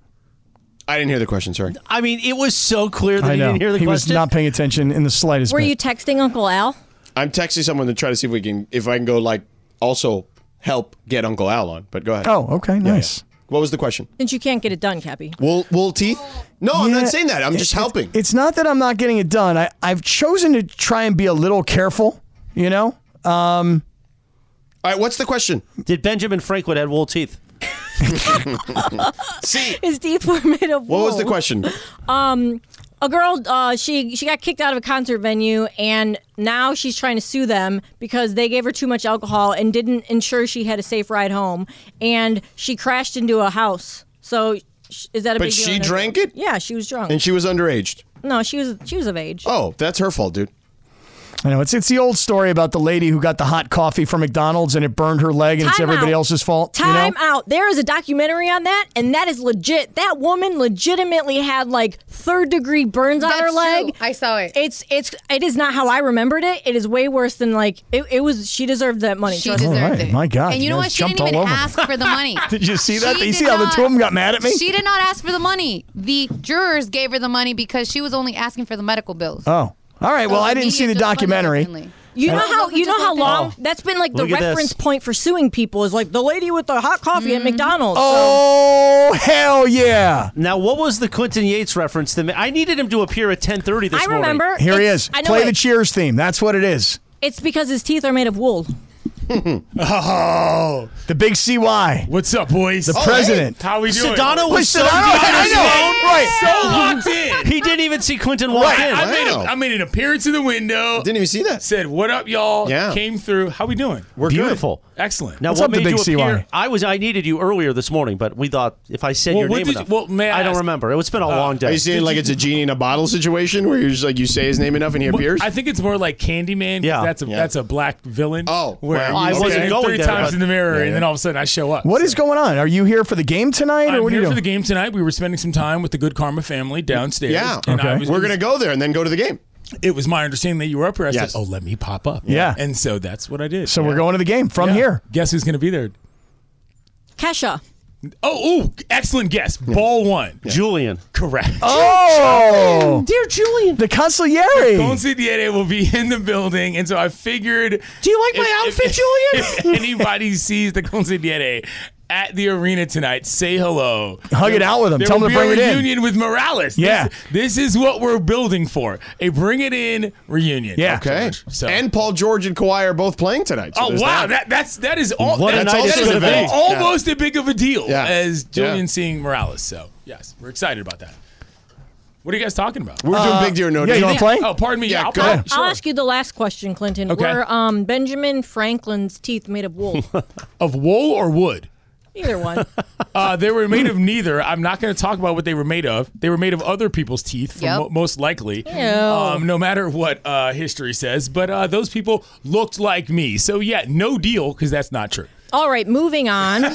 I didn't hear the question. Sorry.
I mean, it was so clear that he didn't hear the
he was
question.
not paying attention in the slightest
Were
bit.
you texting Uncle Al?
I'm texting someone to try to see if we can, if I can go like also help get Uncle Al on. But go ahead.
oh, okay.
Yeah, yeah.
Nice.
What was the question?
Since you can't get it done, Cappy.
Wool wool teeth?
Oh.
No, I'm
Yeah,
not saying that. I'm
it-
just
it's-
helping.
It's not that I'm not getting it done. I, I've chosen to try and be a little careful, you know? Um,
All right. What's the question?
Did Benjamin Franklin had wool teeth?
See,
His teeth were made of wool.
what was the question?
Um, A girl, uh, she she got kicked out of a concert venue, and now she's trying to sue them because they gave her too much alcohol and didn't ensure she had a safe ride home, and she crashed into a house. So sh- is that a
But
big deal
she
or no deal?
drank it?
Yeah, she was drunk.
And she was underaged.
no, she was she was of age.
Oh, that's her fault, dude.
I know it's it's the old story about the lady who got the hot coffee from McDonald's and it burned her leg and it's
Time
everybody
out.
else's fault. you know?
Time out. There is a documentary on that, and that is legit. That woman legitimately had like third degree burns on
That's
her
true.
leg.
I saw it.
It's it's it is not how I remembered it. It is way worse than like it, it was. She deserved that money.
She
trust me.
deserved
right.
it.
My God,
And you
you
know
guys
what? She didn't even
jumped all over me.
ask for the money.
Did you see that?
She
You see
did
how the
not-
two of them got mad at me?
She did not ask for the money. The jurors gave her the money because she was only asking for the medical bills.
Oh. All right.
So
Well, I didn't
media
see the
just funded
documentary.
openly.
You know
That
how
wasn't
you know
just
how
like that.
long that's been like the
Look at this.
reference point for suing people is like the lady with the hot coffee
Mm.
at McDonald's.
Oh, hell yeah.
Now, what was the Quentin Yates reference? That ma- I needed him to appear at 10:30 this
I
morning.
remember.
Here he
It's-
is.
I know
Play
it.
the Cheers theme. That's what it is.
It's because his teeth are made of wool.
Oh. The big CY.
What's up, boys?
Oh,
The
President.
Oh, How we doing?
Sedano was so
Listen, I don't- I know. Right.
so locked in.
He didn't even see Quentin walk in.
I made, a,
Wow.
I made an appearance in the window.
Didn't even see that.
said, "What up, y'all?"
Yeah.
Came through. How we doing?
We're beautiful.
Excellent.
Now,
What's
what
up, the
made
big
you appear?
CY?
I was I needed you earlier this morning, but we thought if I said
Well,
your
what
name
did you-
enough,
well, may I
I don't
ask- Uh,
remember. It was been a long
Are
day.
you saying like it's a genie in a bottle situation where you're just like you say his name enough and he
Well,
appears?
I think it's more like Candyman. 'cause
Yeah.
That's a
Yeah.
that's a black villain.
Oh,
where
wow. I
you say
wasn't
it
going
three
there,
times
but-
in the mirror,
Yeah, yeah.
and then all of a sudden I show up.
What is going on? Are you here for the game tonight, or
I'm
what are you
here for
doing?
the game tonight. We were spending some time with the Good Karma family downstairs.
yeah.
and I was-
We're gonna go there and then go to the game.
It was my understanding that you were up here. I
Yes.
said, "Oh, let me pop up."
Yeah.
and so that's what I did.
So we're going to the game from here.
Guess who's going to be there?
Kesha.
Oh, ooh, excellent guess. Ball one.
Julian.
Correct.
Oh,
Dear Julian,
the consigliere.
Consigliere will be in the building, and so I figured.
do you like
if-
my
if-
outfit, Julian?
If anybody sees the consigliere at the arena tonight, say hello.
Hug it out with him.
There
Tell
will
him to
be
bring it
a
in.
reunion with Morales. This-
Yeah.
This, is what we're building for a bring it in reunion.
Yeah.
Okay.
So-
And Paul George and Kawhi are both playing tonight. so
Oh
there's
wow,
that.
that, that's that is all.
What a
that's
night
all-
it's
that is
gonna be.
al- almost as big of a deal
Yeah.
as Julian
Yeah.
seeing Morales. So yes, we're excited about that. What are you guys talking about?
We're doing big deal no
Uh, yeah,
deal.
you want to play?
Oh, pardon me.
Yeah,
Yeah, I'll
go
pop-
ahead.
sure.
I'll ask you the last question, Clinton.
Okay.
Were um, Benjamin Franklin's teeth made of wool?
Of wool or wood?
Either one.
Uh, they were made of neither. I'm not going to talk about what they were made of. They were made of other people's teeth, for
Yep.
mo- most likely.
Ew.
Um, no matter what uh, history says, but uh, those people looked like me. So yeah, no deal because that's not true.
All right, moving on.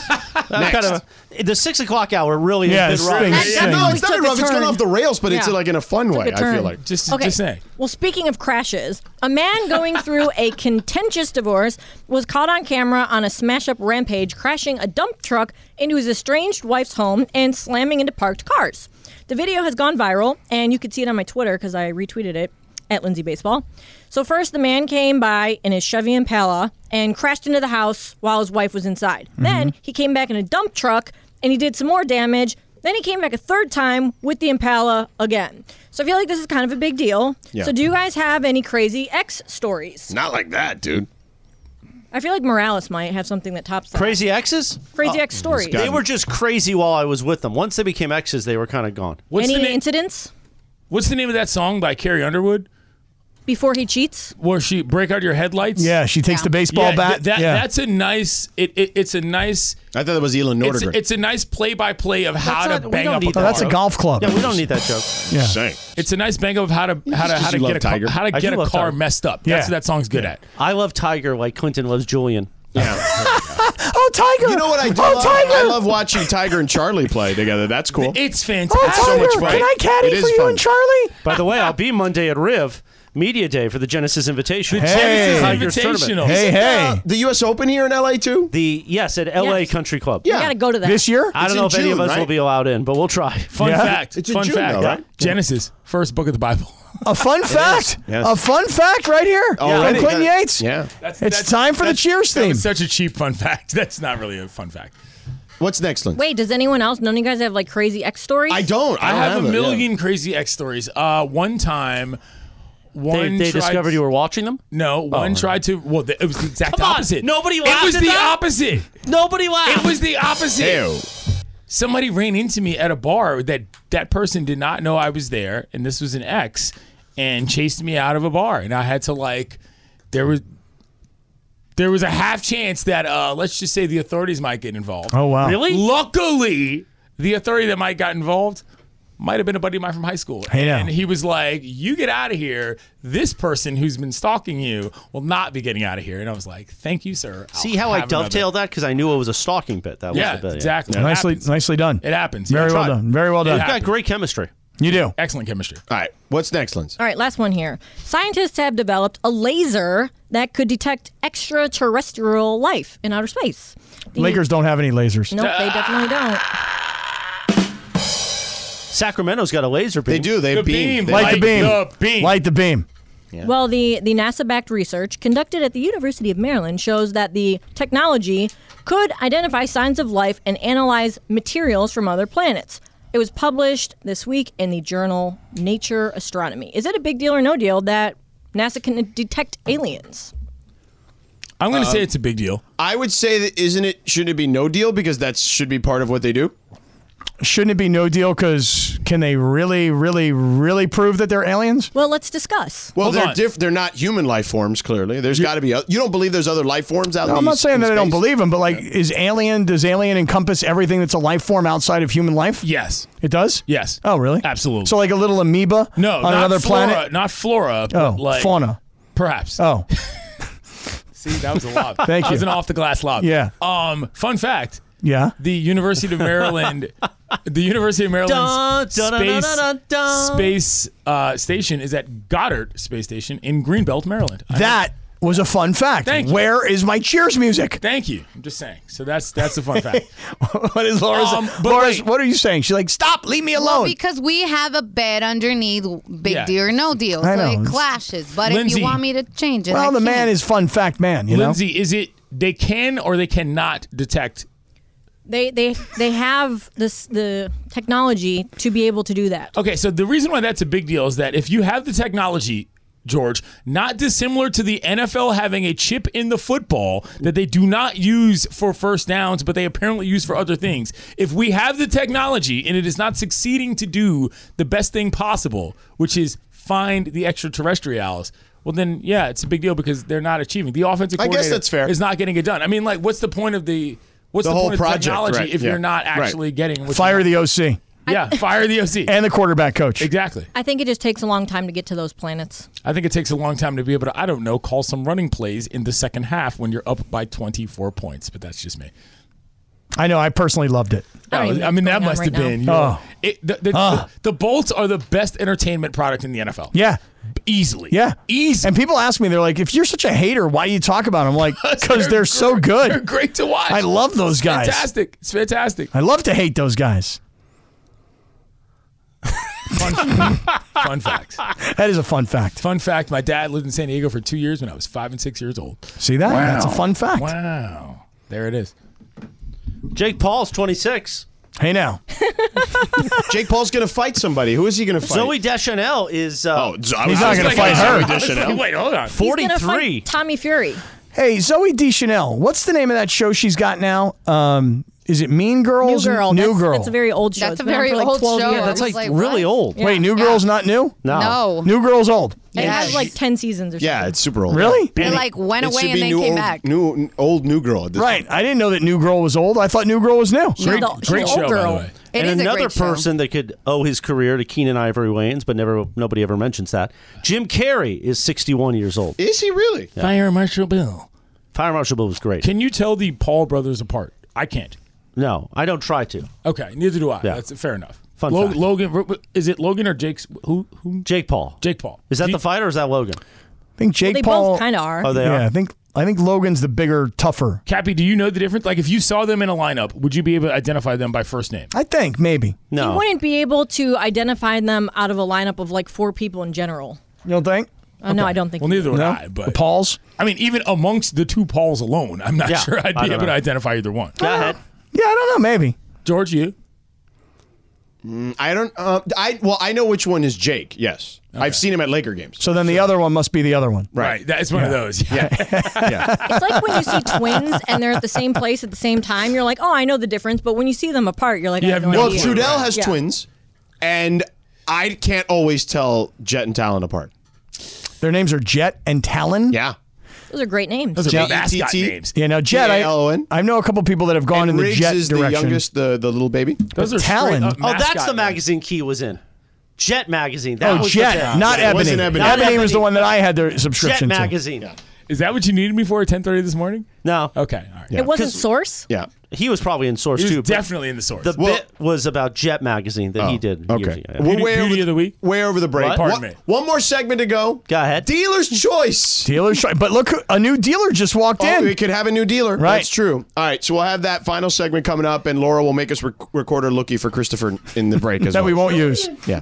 That kind of- the six o'clock hour really
Yeah,
has
this
been rough.
thing-
Yeah, no, it's not
We took a
rough. It's gone
turn.
off the rails, but it's
Yeah.
like in a fun
Took
way.
a
I feel
turn.
like.
Just
Okay.
just saying.
Well, speaking of crashes, a man going through a contentious divorce was caught on camera on a smash up rampage, crashing a dump truck into his estranged wife's home and slamming into parked cars. The video has gone viral, and you could see it on my Twitter because I retweeted it at Lindsay Baseball. So, first, the man came by in his Chevy Impala and crashed into the house while his wife was inside.
Mm-hmm.
Then he came back in a dump truck and he did some more damage. Then he came back a third time with the Impala again. So I feel like this is kind of a big deal.
Yeah.
So do you guys have any crazy ex stories?
Not like that, dude.
I feel like Morales might have something that tops that.
Crazy exes?
crazy
Oh,
ex stories.
They were just crazy while I was with them. Once they became exes, they were kind of gone.
What's
any
the name?
incidents
what's the name of that song by Carrie Underwood?
before he cheats?
Where she break out your headlights?
Yeah, she takes the baseball
Yeah,
bat.
th- that-
yeah.
That's a nice. It, it it's a nice.
I thought that was Elon
It's,
Nordegren.
it's a nice play-by-play of how
not-
to
we
bang
don't
up a
need
car.
that.
Oh, that's a golf club.
Yeah, we don't need that joke.
Yeah.
Saying.
It's a nice bang up of how to how to
just-
how to
you
get
love
a car,
Tiger.
how to
I
get
do
a
love
car
Tiger.
messed up.
Yeah.
That's what that song's good at.
I love Tiger like Clinton loves Julian.
Yeah.
Oh, Tiger.
you know what I do?
Oh,
love?
Tiger.
I love watching Tiger and Charlie play together. That's cool.
It's
Oh,
fantastic.
Tiger.
so much fun.
Can I caddy
It is
for you
fun.
and Charlie?
By the way, I'll be Monday at Riv Media Day for the Genesis Invitation.
Genesis
Hey.
Tigers
Invitational.
tournament.
Hey, hey.
Uh, the U.S. Open here in L.A. too.
The yes at LA
Yes.
Country Club.
You
Yeah.
gotta go to that.
This year?
I
It's
don't know
in
if any of
June,
us will
right?
be allowed in, but we'll try.
Fun
Yeah.
fact.
It's in
fun
June
fact.
though, right?
Genesis, first book of the Bible.
A fun fact.
Yes.
A fun fact right
Oh,
here
Already?
from Clinton
Yeah.
Yates.
Yeah.
That's,
It's time for the
that's-
Cheers
that
theme.
was such a cheap fun fact. That's not really a fun fact.
What's next, Lynn?
Wait, does anyone else? None of you guys have like crazy ex stories?
I don't. Oh, I,
I
don't
have, a
it, yeah.
million crazy ex stories. Uh, one time, one
They, they
tried-
discovered you were watching them.
No, one
right.
tried to. Well, the, it was the exact
Come on,
opposite.
nobody
It
laughed
was
at
the
that?
opposite.
Nobody laughed.
It was the opposite.
Ew.
somebody ran into me at a bar that that person did not know I was there, and this was an ex, and chased me out of a bar, and I had to like, there was. There was a half chance that uh, let's just say the authorities might get involved.
Oh, wow.
really.
Luckily, the authority that might got involved might have been a buddy of mine from high school.
Hey, now.
and he was like, "You get out of here. This person who's been stalking you will not be getting out of here." And I was like, "Thank you, sir." I'll
See how I
have another."
dovetailed that because I knew it was a stalking bit. That
Yeah,
was the bit.
exactly. It
Nicely,
happens.
nicely done.
It happens.
Very
Yeah,
well
try it.
done. Very well
You've
done.
got great chemistry.
You do.
Excellent chemistry.
All right. What's next, Lynn?
All right, last one here. Scientists have developed a laser that could detect extraterrestrial life in outer space. The-
Lakers don't have any lasers.
Nope, they definitely don't.
Sacramento's got a laser beam.
They do. They
The
beam.
beam.
They
Light, the
Light
beam.
the beam.
Light the beam.
Well, the, the NASA backed research conducted at the University of Maryland shows that the technology could identify signs of life and analyze materials from other planets. It was published this week in the journal Nature Astronomy. Is it a big deal or no deal that NASA can detect aliens?
I'm going to say it's a big deal.
Um, I would say that isn't it? Shouldn't it be no deal because that should be part of what they do?
Shouldn't it be no deal? Because can they really, really, really prove that they're aliens?
Well, let's discuss.
Well,
Hold
they're
on.
diff- They're not human life forms. Clearly, there's got to be. oth- you don't believe there's other life forms out there.
No, I'm not saying that I don't believe them, but like, is alien? Does alien encompass everything that's a life form outside of human life?
Yes.
It does.
Yes.
Oh, really?
Absolutely.
So, like a little amoeba
No,
on
not
another
flora,
planet.
Not flora,
Oh,
but like
fauna.
Perhaps.
Oh,
See, that was a lob.
Thank
That was
you.
an off the glass lob.
Yeah.
Um, fun fact:
yeah.
the University of Maryland the University of Maryland's
Dun, dun, dun, dun,
space,
dun, dun.
space uh, station is at Goddard Space Station in Greenbelt, Maryland. I-
That was a fun fact.
Thank you.
Where is my Cheers music?
thank you. I'm just saying. So that's that's a fun fact.
what is Laura's?
Um, but
Laura's
wait.
what are you saying? She's like, stop, leave me alone.
Because we have a bed underneath Big
Yeah.
Deal or No Deal,
I
so
know.
it clashes. But if
Lindsay-
you want me to change it,
well,
I
the man
can.
is fun fact man. You know.
Lindsay, is it they can or they cannot detect?
They they they have this the technology to be able to do that.
Okay, so the reason why that's a big deal is that if you have the technology. George, not dissimilar to the NFL having a chip in the football that they do not use for first downs, but they apparently use for other things. If we have the technology and it is not succeeding to do the best thing possible, which is find the extraterrestrials, well, then yeah, it's a big deal because they're not achieving. The offensive
I guess
coordinator
that's fair.
is not getting it done. I mean, like, what's the point of the what's
The
the,
whole
point
project,
of technology
right,
if
yeah,
you're not
right.
actually getting what
Fire
you
the OC
yeah, fire the OC
and the quarterback coach.
exactly.
I think it just takes a long time to get to those planets.
I think it takes a long time to be able to, I don't know, call some running plays in the second half when you're up by 24 points, but that's just me.
I know. I personally loved it.
I don't even know
Oh, I mean,
what's
that
going on
must
right
have
now.
been. you
Oh.
know, it- the, the,
Ah.
the, the Bolts are the best entertainment product in the NFL.
Yeah.
Easily.
Yeah.
Easily.
And people ask me, they're like, if you're such a hater, why do you talk about them? I'm like, because they're, so
great-
good.
They're great to watch.
I love those guys.
Fantastic. It's fantastic.
I love to hate those guys.
Fun, fun fact.
That is a fun fact.
Fun fact my dad lived in San Diego for two years when I was five and six years old.
See that? That's a fun fact.
Wow. There it is.
Jake Paul's 26.
Hey now,
Jake Paul's going to fight somebody. Who is he going to fight?
Zoe Deschanel is uh,
Oh, Zo- I
He's
was-
not
I was
gonna
thinking
fight her.
Zoe
I was
Deschanel.
like, Wait, hold on.
He's gonna fight
43.
Tommy Fury.
hey Zoe Deschanel, what's the name of that show she's got now? Um, is it Mean
New
Girls?
girl. that's, That's a very old show.
That's
It's
a
been on
very
for like
old
12
show.
years.
I was
like,
like,
really
what?
old.
Wait, New Girl's not new.
No.
No.
New Girl's old.
It has
Yeah.
like 10 seasons or something.
Yeah, it's super old.
Really?
They like went
It should
away
be
and then
new
came
old,
back.
New n- old new girl. at this
Right. I didn't know that New Girl was old. I thought New Girl was new.
She's the- she's
Great
the old
show, by
girl.
the way.
It
and
is a
another
great show.
person that could owe his career to Keenan Ivory Wayans, but never nobody ever mentions that. Jim Carrey is 61 years old.
point. Is he really?
Fire Marshal Bill.
Fire Marshal Bill was great.
Can you tell the Paul brothers apart? I can't.
no, I don't try to.
Okay, neither do I.
Yeah.
That's fair enough.
Fun
Lo-
fact.
Logan, is it Logan or Jake's? Who? Who?
Jake Paul.
Jake Paul.
Is that
Do you-
the fighter or is that Logan?
I think Jake
They
Paul.
both kind of are.
Oh, they
yeah, I
are.
think I think Logan's the bigger, tougher.
Cappy, do you know the difference? Like, if you saw them in a lineup, would you be able to identify them by first name?
I think maybe.
You
No.
wouldn't be able to identify them out of a lineup of like four people in general.
You don't think?
Uh, No, I don't think.
Well,
you
neither would
No.
I.
the
But
Pauls.
I mean, even amongst the two Pauls alone, I'm not
Yeah,
sure I'd
I
be
don't
able to
know.
identify either one.
Go
Oh,
ahead.
Yeah, I don't know. Maybe.
George, you?
I don't. Uh, I well, I know which one is Jake. Yes, I've seen him at Laker games.
So then the other one must be the other one.
Right. That's one of those. Yeah.
It's like when you see twins and they're at the same place at the same time. You're like, oh, I know the difference. But when you see them apart, you're like,
You
I
have
have no,
no
Well,
idea.
clue,
Trudell has
Yeah.
twins, and I can't always tell Jet and Talon apart.
Their names are Jet and Talon.
Yeah,
Those are great names.
Those are
E
J-
big mascot
T- T-
names.
Yeah, now Jet, I,
J-A-L-O-N.
I know a couple people that have
and
gone in the
Riggs
Jet
is
direction.
the youngest, the the little baby.
Those are
Talon.
straight up
Oh, that's
mascot
the
names.
magazine Key was in. Jet magazine. That
Oh,
was
Jet,
the thing.
not
Yeah, it
Ebony.
wasn't Ebony.
Ebony.
Not
was the
Ebony.
one that I had their
Jet
subscription to.
magazine.
Is that what you needed me for at 10:30 this morning?
No,
Okay. All right.
It wasn't Source.
Yeah,
he was probably in Source
He was
too. but
definitely in the source.
The
Well-
bit was about Jet magazine that he did.
Okay.
years ago.
We're
Beauty-
way
Beauty
over
of the week?
Way over the break.
What?
Pardon
One-
me.
One more segment to go.
Go ahead.
Dealer's choice.
Dealer's choice. But look, who- a new dealer just walked
Oh,
in.
we could have a new dealer.
Right.
That's true. All right. So we'll have that final segment coming up, and Laura will make us rec- record her lookie for Christopher in the break as
that
well.
we won't use.
Yeah.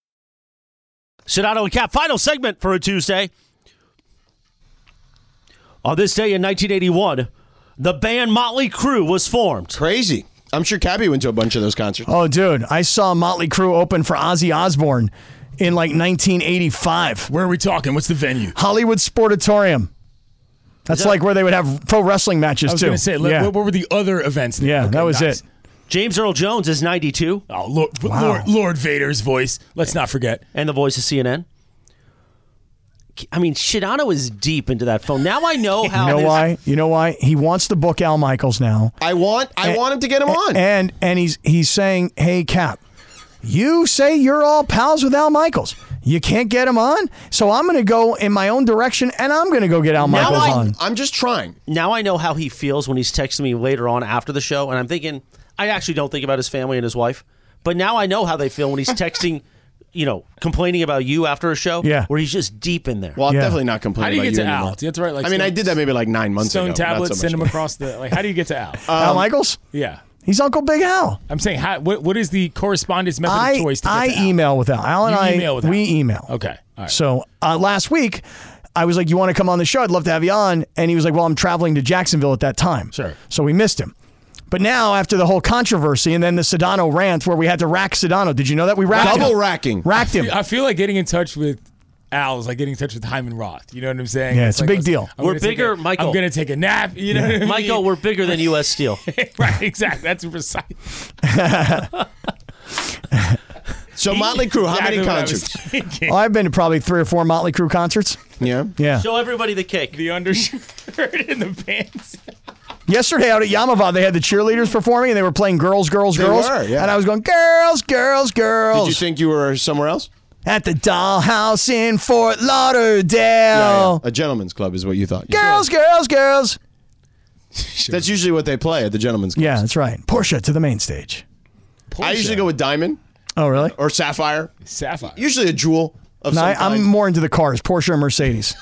Sonato and Cap, final segment for a Tuesday. On this day in 1981, the band Motley Crue was formed.
Crazy. I'm sure Cappy went to a bunch of those concerts.
Oh, dude, I saw Motley Crue open for Ozzy Osbourne in like 1985.
Where are we talking? What's the venue?
Hollywood Sportatorium. That's like where they would have pro wrestling matches
I was
too.
going to say,
yeah,
what, what were the other events? then?
yeah
Okay,
that was
nice.
it.
James Earl Jones is 92,
Oh, Lord, Lord, Lord Vader's voice. Let's not forget.
and the voice of CNN. I mean, Sonato is deep into that phone. Now I know how.
You know
this-
why? You know why? He wants to book Al Michaels now.
I want
Eh,
I want him to get him on.
And and he's he's saying, "Hey Cap, you say you're all pals with Al Michaels. You can't get him on, so I'm going to go in my own direction, and I'm going to go get Al
now
Michaels
I, Um,
on."
I'm just trying.
Now I know how he feels when he's texting me later on after the show, and I'm thinking I actually don't think about his family and his wife, but now I know how they feel when he's texting, you know, complaining about you after a show.
Yeah.
where he's just deep in there.
Well, I'm
Yeah.
definitely not
How do
complaining
you
about
get to
you
Al?
anymore.
Do you have to write like
I mean, I
stone-
did that maybe like nine months
stone
ago.
tablets?
Not so
send
much.
them across the. Like, how do you get to
Um,
Al?
Al Michaels?
yeah,
He's Uncle Big Al.
I'm saying, how, what, what is the correspondence method
I,
of choice? To get
I
to Al?
email with Al. Al and
You
I
email with
we
Al.
email.
Okay, all right.
So uh, last week, I was like, "You want to come on the show? I'd love to have you on." And he was like, "Well, I'm traveling to Jacksonville at that time."
Sure.
So we missed him. But now, after the whole controversy and then the Sedano rant, where we had to rack Sedano, did you know that we racked him?
Double racking.
Racked him.
I feel like getting in touch with Al is like getting in touch with Hyman Roth. You know what I'm saying?
Yeah, it's a
like,
big
listen,
deal.
I'm
We're
gonna take
bigger,
a-
Michael.
I'm gonna take a nap. You know, what I mean?
Michael, we're bigger than U.S. Steel.
right? Exactly. That's precise.
So Motley Crue, how
Exactly
many
what I was
concerts?
thinking.
Oh, I've been to probably three or four Motley Crue concerts.
Yeah.
Yeah.
Show everybody the cake.
The undershirt and the pants.
Yesterday out at Yamava, they had the cheerleaders performing and they were playing Girls, Girls,
They
Girls.
were, yeah.
And I was going, Girls, Girls,
Did
Girls.
you think you were somewhere else?
Oh, at the dollhouse in Fort
Yeah, yeah.
Lauderdale.
A gentleman's club is what you thought.
Girls, Girls, Girls.
That's usually what they play at the gentleman's club.
Yeah, that's right. Portia to the main stage.
I usually go with diamond
Oh, really?
or sapphire.
sapphire.
Usually a jewel of
No,
some
I, I'm
kind.
more into the cars, Porsche or Mercedes.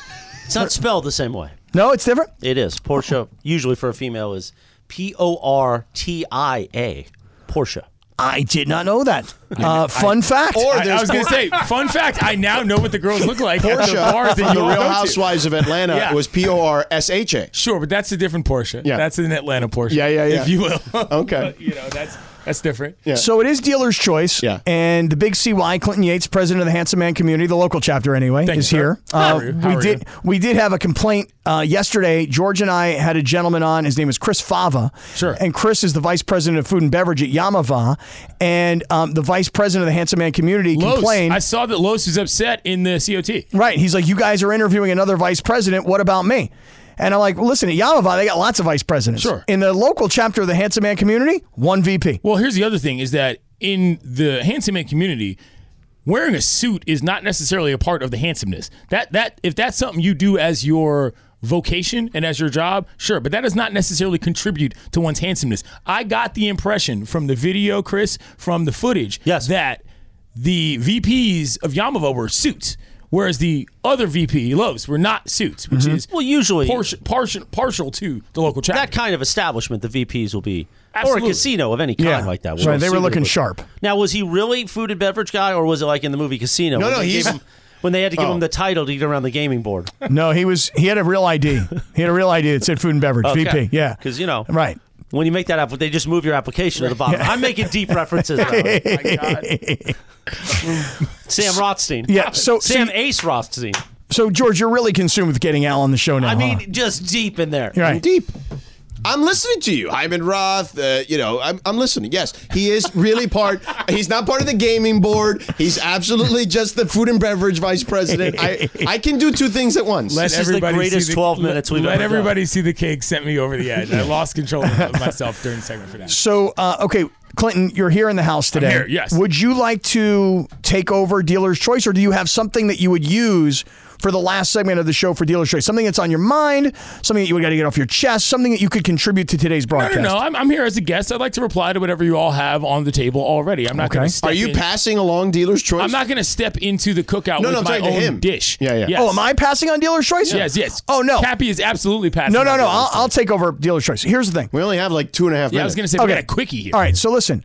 It's not spelled the same way.
No, it's different.
It is. Porsche, usually for a female, is P O R T I A. Porsche.
I did not know that. Uh, fun fact.
Or
I, I
there's
was gonna say, fun fact. I now know what the girls look like at the
Porsche
bars
from
that you
the
all
Real
go to.
Housewives of Atlanta
Yeah.
was P O R S H A.
Sure, but that's a different Porsche.
Yeah.
that's an Atlanta Porsche.
Yeah, yeah, yeah.
If you will.
Okay.
you know that's that's different.
Yeah.
So it is dealer's choice.
Yeah.
And the big CY, Clinton Yates, president of the Handsome Man community, the local chapter anyway,
Thank you,
is
sir.
here. Uh,
How are you? How
we
are
did
you?
we did have a complaint uh, yesterday. George and I had a gentleman on. His name is Chris Fava.
Sure.
And Chris is the vice president of food and beverage at Yamava, and um, the vice president of the Handsome Man community
Los,
complained.
I saw that Los was upset in the COT.
Right. He's like, you guys are interviewing another vice president. What about me? And I'm like, well, listen, at Yamava, they got lots of vice presidents.
Sure.
In the local chapter of the Handsome Man community, one VP.
Well, here's the other thing is that in the handsome man community, wearing a suit is not necessarily a part of the handsomeness. That that if that's something you do as your vocation and as your job, sure, but that does not necessarily contribute to one's handsomeness. I got the impression from the video, Chris, from the footage,
Yes.
that the VPs of Yamava were suits. Whereas the other VP Loves were not suits, which is
Mm-hmm. Well, usually-
partial, partial, partial to the local chapter.
That kind of establishment, the VPs will be. Or
Absolutely.
a casino of any kind
Yeah.
like that.
Right, they were
Suited
looking
with-
sharp.
Now, was he really food and beverage guy, or was it like in the movie Casino?
No,
when
no,
they
he's-
gave him- when they had to give
Oh.
him the title to get around the gaming board.
No, he was he had a real ID. He had a real ID that said food and beverage, VP. Yeah.
Because, you know.
Right.
When you make that app, they just move your application to the bottom. I'm making deep references. now. Sam Rothstein.
Yeah, so-
Sam
so-
Ace Rothstein.
So George, you're really consumed with getting Al on the show now.
I
huh?
mean, just deep in there.
You're right.
Deep. I'm listening to you, Hyman Roth. Uh, you know, I'm, I'm listening. Yes, he is really part. He's not part of the gaming board. He's absolutely just the food and beverage vice president. I, I can do two things at once.
Let
This is the greatest 12 minutes we've ever
let
done.
everybody see the cake sent me over the edge. I lost control of myself during the segment for that.
So uh, okay, Clinton, you're here in the house today.
here, yes.
Would you like to take over Dealer's Choice, or do you have something that you would use for the last segment of the show for Dealer's Choice? Something that's on your mind, something that you got to get off your chest, something that you could contribute to today's
No,
broadcast.
no, no. I'm, I'm here as a guest. I'd like to reply to whatever you all have on the table already. I'm not
Okay.
going to.
Are you
passing along dealer's choice?
I'm not going to step into the cookout
No,
with
no, I'm
my
talking
own
to him.
dish.
Yeah, yeah. Oh, am I passing on Dealer's Choice?
Yes, yes.
Oh, no.
Cappy is absolutely passing.
No, no,
on
no.
Dealer's
I'll, I'll take over dealer's choice. Here's the thing.
We only have like two and a half
Yeah, I was minutes. gonna say, we got a quickie here.
All right. So listen.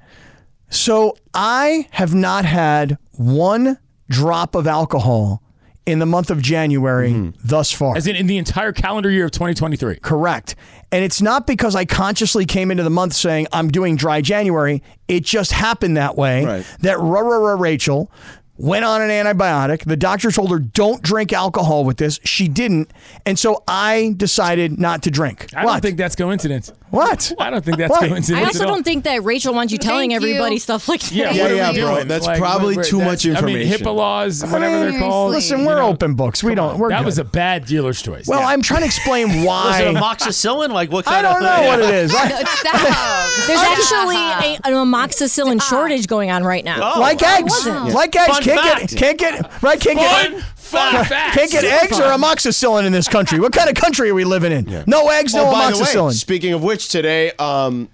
So I have not had one drop of alcohol in the month of January
Mm-hmm.
thus far.
As in, in the entire calendar year of 2023.
Correct. And it's not because I consciously came into the month saying I'm doing dry January. It just happened that way that rah, rah, rah, Rachel went on an antibiotic. The doctor told her, don't drink alcohol with this. She didn't. And so I decided not to drink.
I don't think that's coincidence.
What?
I don't think that's
What?
coincidence.
I also
at all.
don't think that Rachel wants you telling
Thank
everybody
you.
stuff like that.
Yeah,
Yeah,
what are
yeah,
we
bro.
doing?
That's
Like,
probably
what-
too
that's-
much information.
I mean, HIPAA laws, whatever they're called.
Listen, we're open books. We don't. We're
that
good.
was a bad dealer's choice.
Well, I'm trying to explain
Was it
why.
amoxicillin? Like what kind
I don't
of
know what it is. I-
Stop.
There's actually a, an amoxicillin shortage going on right now.
Oh.
like
I
eggs,
wasn't.
like eggs,
Fun
can't
fact.
get, can't get, right? Can't
Fun
get,
fun fact.
can't get
Super
eggs
fun.
or amoxicillin in this country. What kind of country are we living in? No eggs, no
oh, by the way,
amoxicillin.
speaking of which, today um,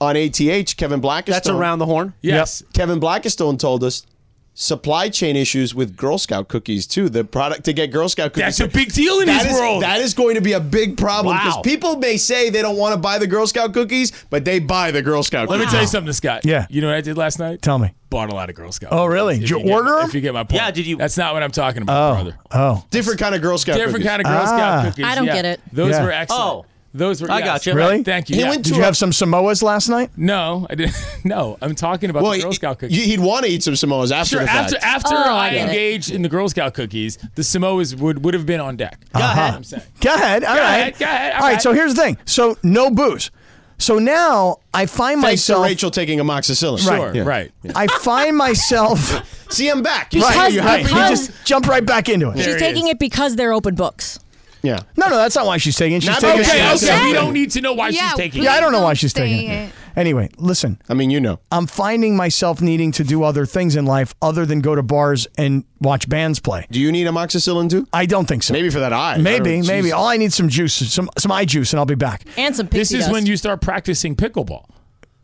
on ATH, Kevin Blackstone.
That's around the horn.
Yes.
Kevin Blackstone told us supply chain issues with Girl Scout cookies too. The product to get Girl Scout cookies.
That's a big deal in
That
his
is-
world.
that is going to be a big problem because
Wow.
people may say they don't want to buy the Girl Scout cookies, but they buy the Girl Scout.
Let me
cookies.
tell you something, Scott.
Yeah.
You know what I did last night?
Tell me.
Bought a lot of Girl Scouts.
Oh, really? Did you order 'em?
If you get my point.
Yeah, did you-
That's not what I'm talking about, brother.
Oh, Ah.
Different kind of Girl Scout.
Different
cookies.
kind of Girl Scout cookies.
I don't
yeah.
get it.
Those
Yeah.
were excellent.
Oh.
Those were.
I
yes.
got you.
Really?
Thank you.
He
yeah.
went
did you have some Samoas last night?
no, I didn't. No, I'm talking about
Well,
the Girl Scout
he-
cookies.
he'd want to eat some Samoas after
Sure.
the fact.
After after
Oh, I
I,
get it.
engaged in the Girl Scout cookies, the Samoas would would have been on deck. Go
Uh-huh.
ahead.
I'm saying.
Go ahead. All right.
ahead, go ahead, all
All right.
right.
So here's the thing. So no booze. So now I find
Thanks to
myself.
Rachel taking amoxicillin.
Right.
Sure.
Yeah.
Right.
I find myself.
See, I'm back.
right.
you
right.
have-
You just jump right back into it.
She's
it
taking it because they're open books.
Yeah.
No, no, that's not why she's taking. it. She's
Not
taking.
because
it-
Okay.
she's
Okay.
taking
We
it.
don't need to know why
Yeah,
she's taking
please.
Yeah, I don't know why
Don't
she's
say
taking it.
it.
Anyway, listen.
I mean, you know.
I'm finding myself needing to do other things in life other than go to bars and watch bands play.
Do you need amoxicillin too?
I don't think so.
Maybe for that eye. I
Maybe,
don't-
maybe.
Jeez.
All I need some juice, some some eye juice, and I'll be back.
And some
This
pixie
is
dust.
when you start practicing pickleball.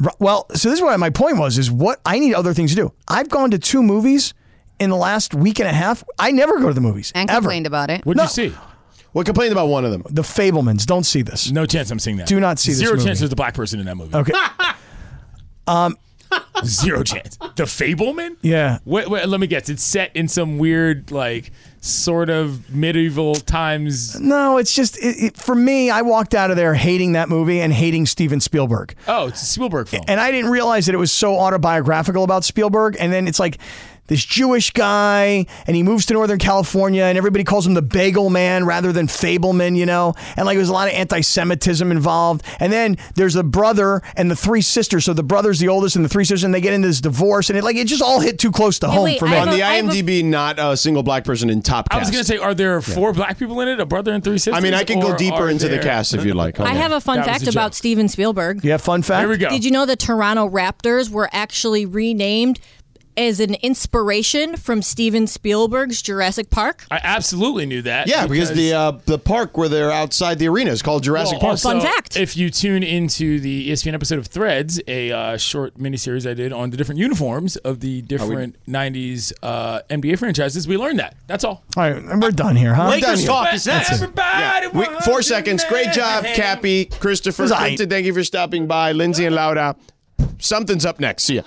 R- Well, so this is what my point was: is what I need other things to do. I've gone to two movies in the last week and a half. I never go to the movies
And
ever.
complained about it.
What'd
No.
you see?
Well, complained about one of them.
The Fablemans. Don't see this.
No chance I'm seeing that.
Do not see this
Zero
movie.
chance there's a black person in that movie.
Okay.
Um, Zero chance. The Fableman?
Yeah.
Wait, wait, let me guess. It's set in some weird, like, sort of medieval times.
No, it's just it, it, for me. I walked out of there hating that movie and hating Steven Spielberg.
Oh, it's a Spielberg film.
and I didn't realize that it was so autobiographical about Spielberg. And then it's like this Jewish guy, and he moves to Northern California, and everybody calls him the Bagel Man rather than Fableman, you know. And like, there's a lot of anti-Semitism involved. And then there's the brother and the three sisters. So the brother's the oldest, and the three sisters, and they get into this divorce, and it like it just all hit too close to home
wait,
for
I
me.
have
On the
I have a-
IMDb, not a single black person in top
I
cast.
was going to say, are there four black people in it? A brother and three sisters?
I mean, I could go
Or
deeper
are
into the
there-
cast if you'd like.
I have a fun
That was
fact
a
about
joke.
Steven Spielberg.
yeah, fun fact.
Here we go.
Did you know the Toronto Raptors were actually renamed as an inspiration from Steven Spielberg's Jurassic Park?
I absolutely knew that.
Yeah, because the uh, the park where they're outside the arena is called Jurassic
Well,
Park.
also,
Fun fact.
If you tune into the E ESPN episode of Threads, a uh, short miniseries I did on the different uniforms of the different 90s uh, NBA franchises, we learned that. That's all.
All right, and we're done here, huh?
Lakers talk is next.
Everybody
We,
wants
four
to
seconds. Great job,
marry.
Cappy, Christopher,
It was aight.
Clinton. Thank you for stopping by, Lindsay and Laura. Something's up next. See ya.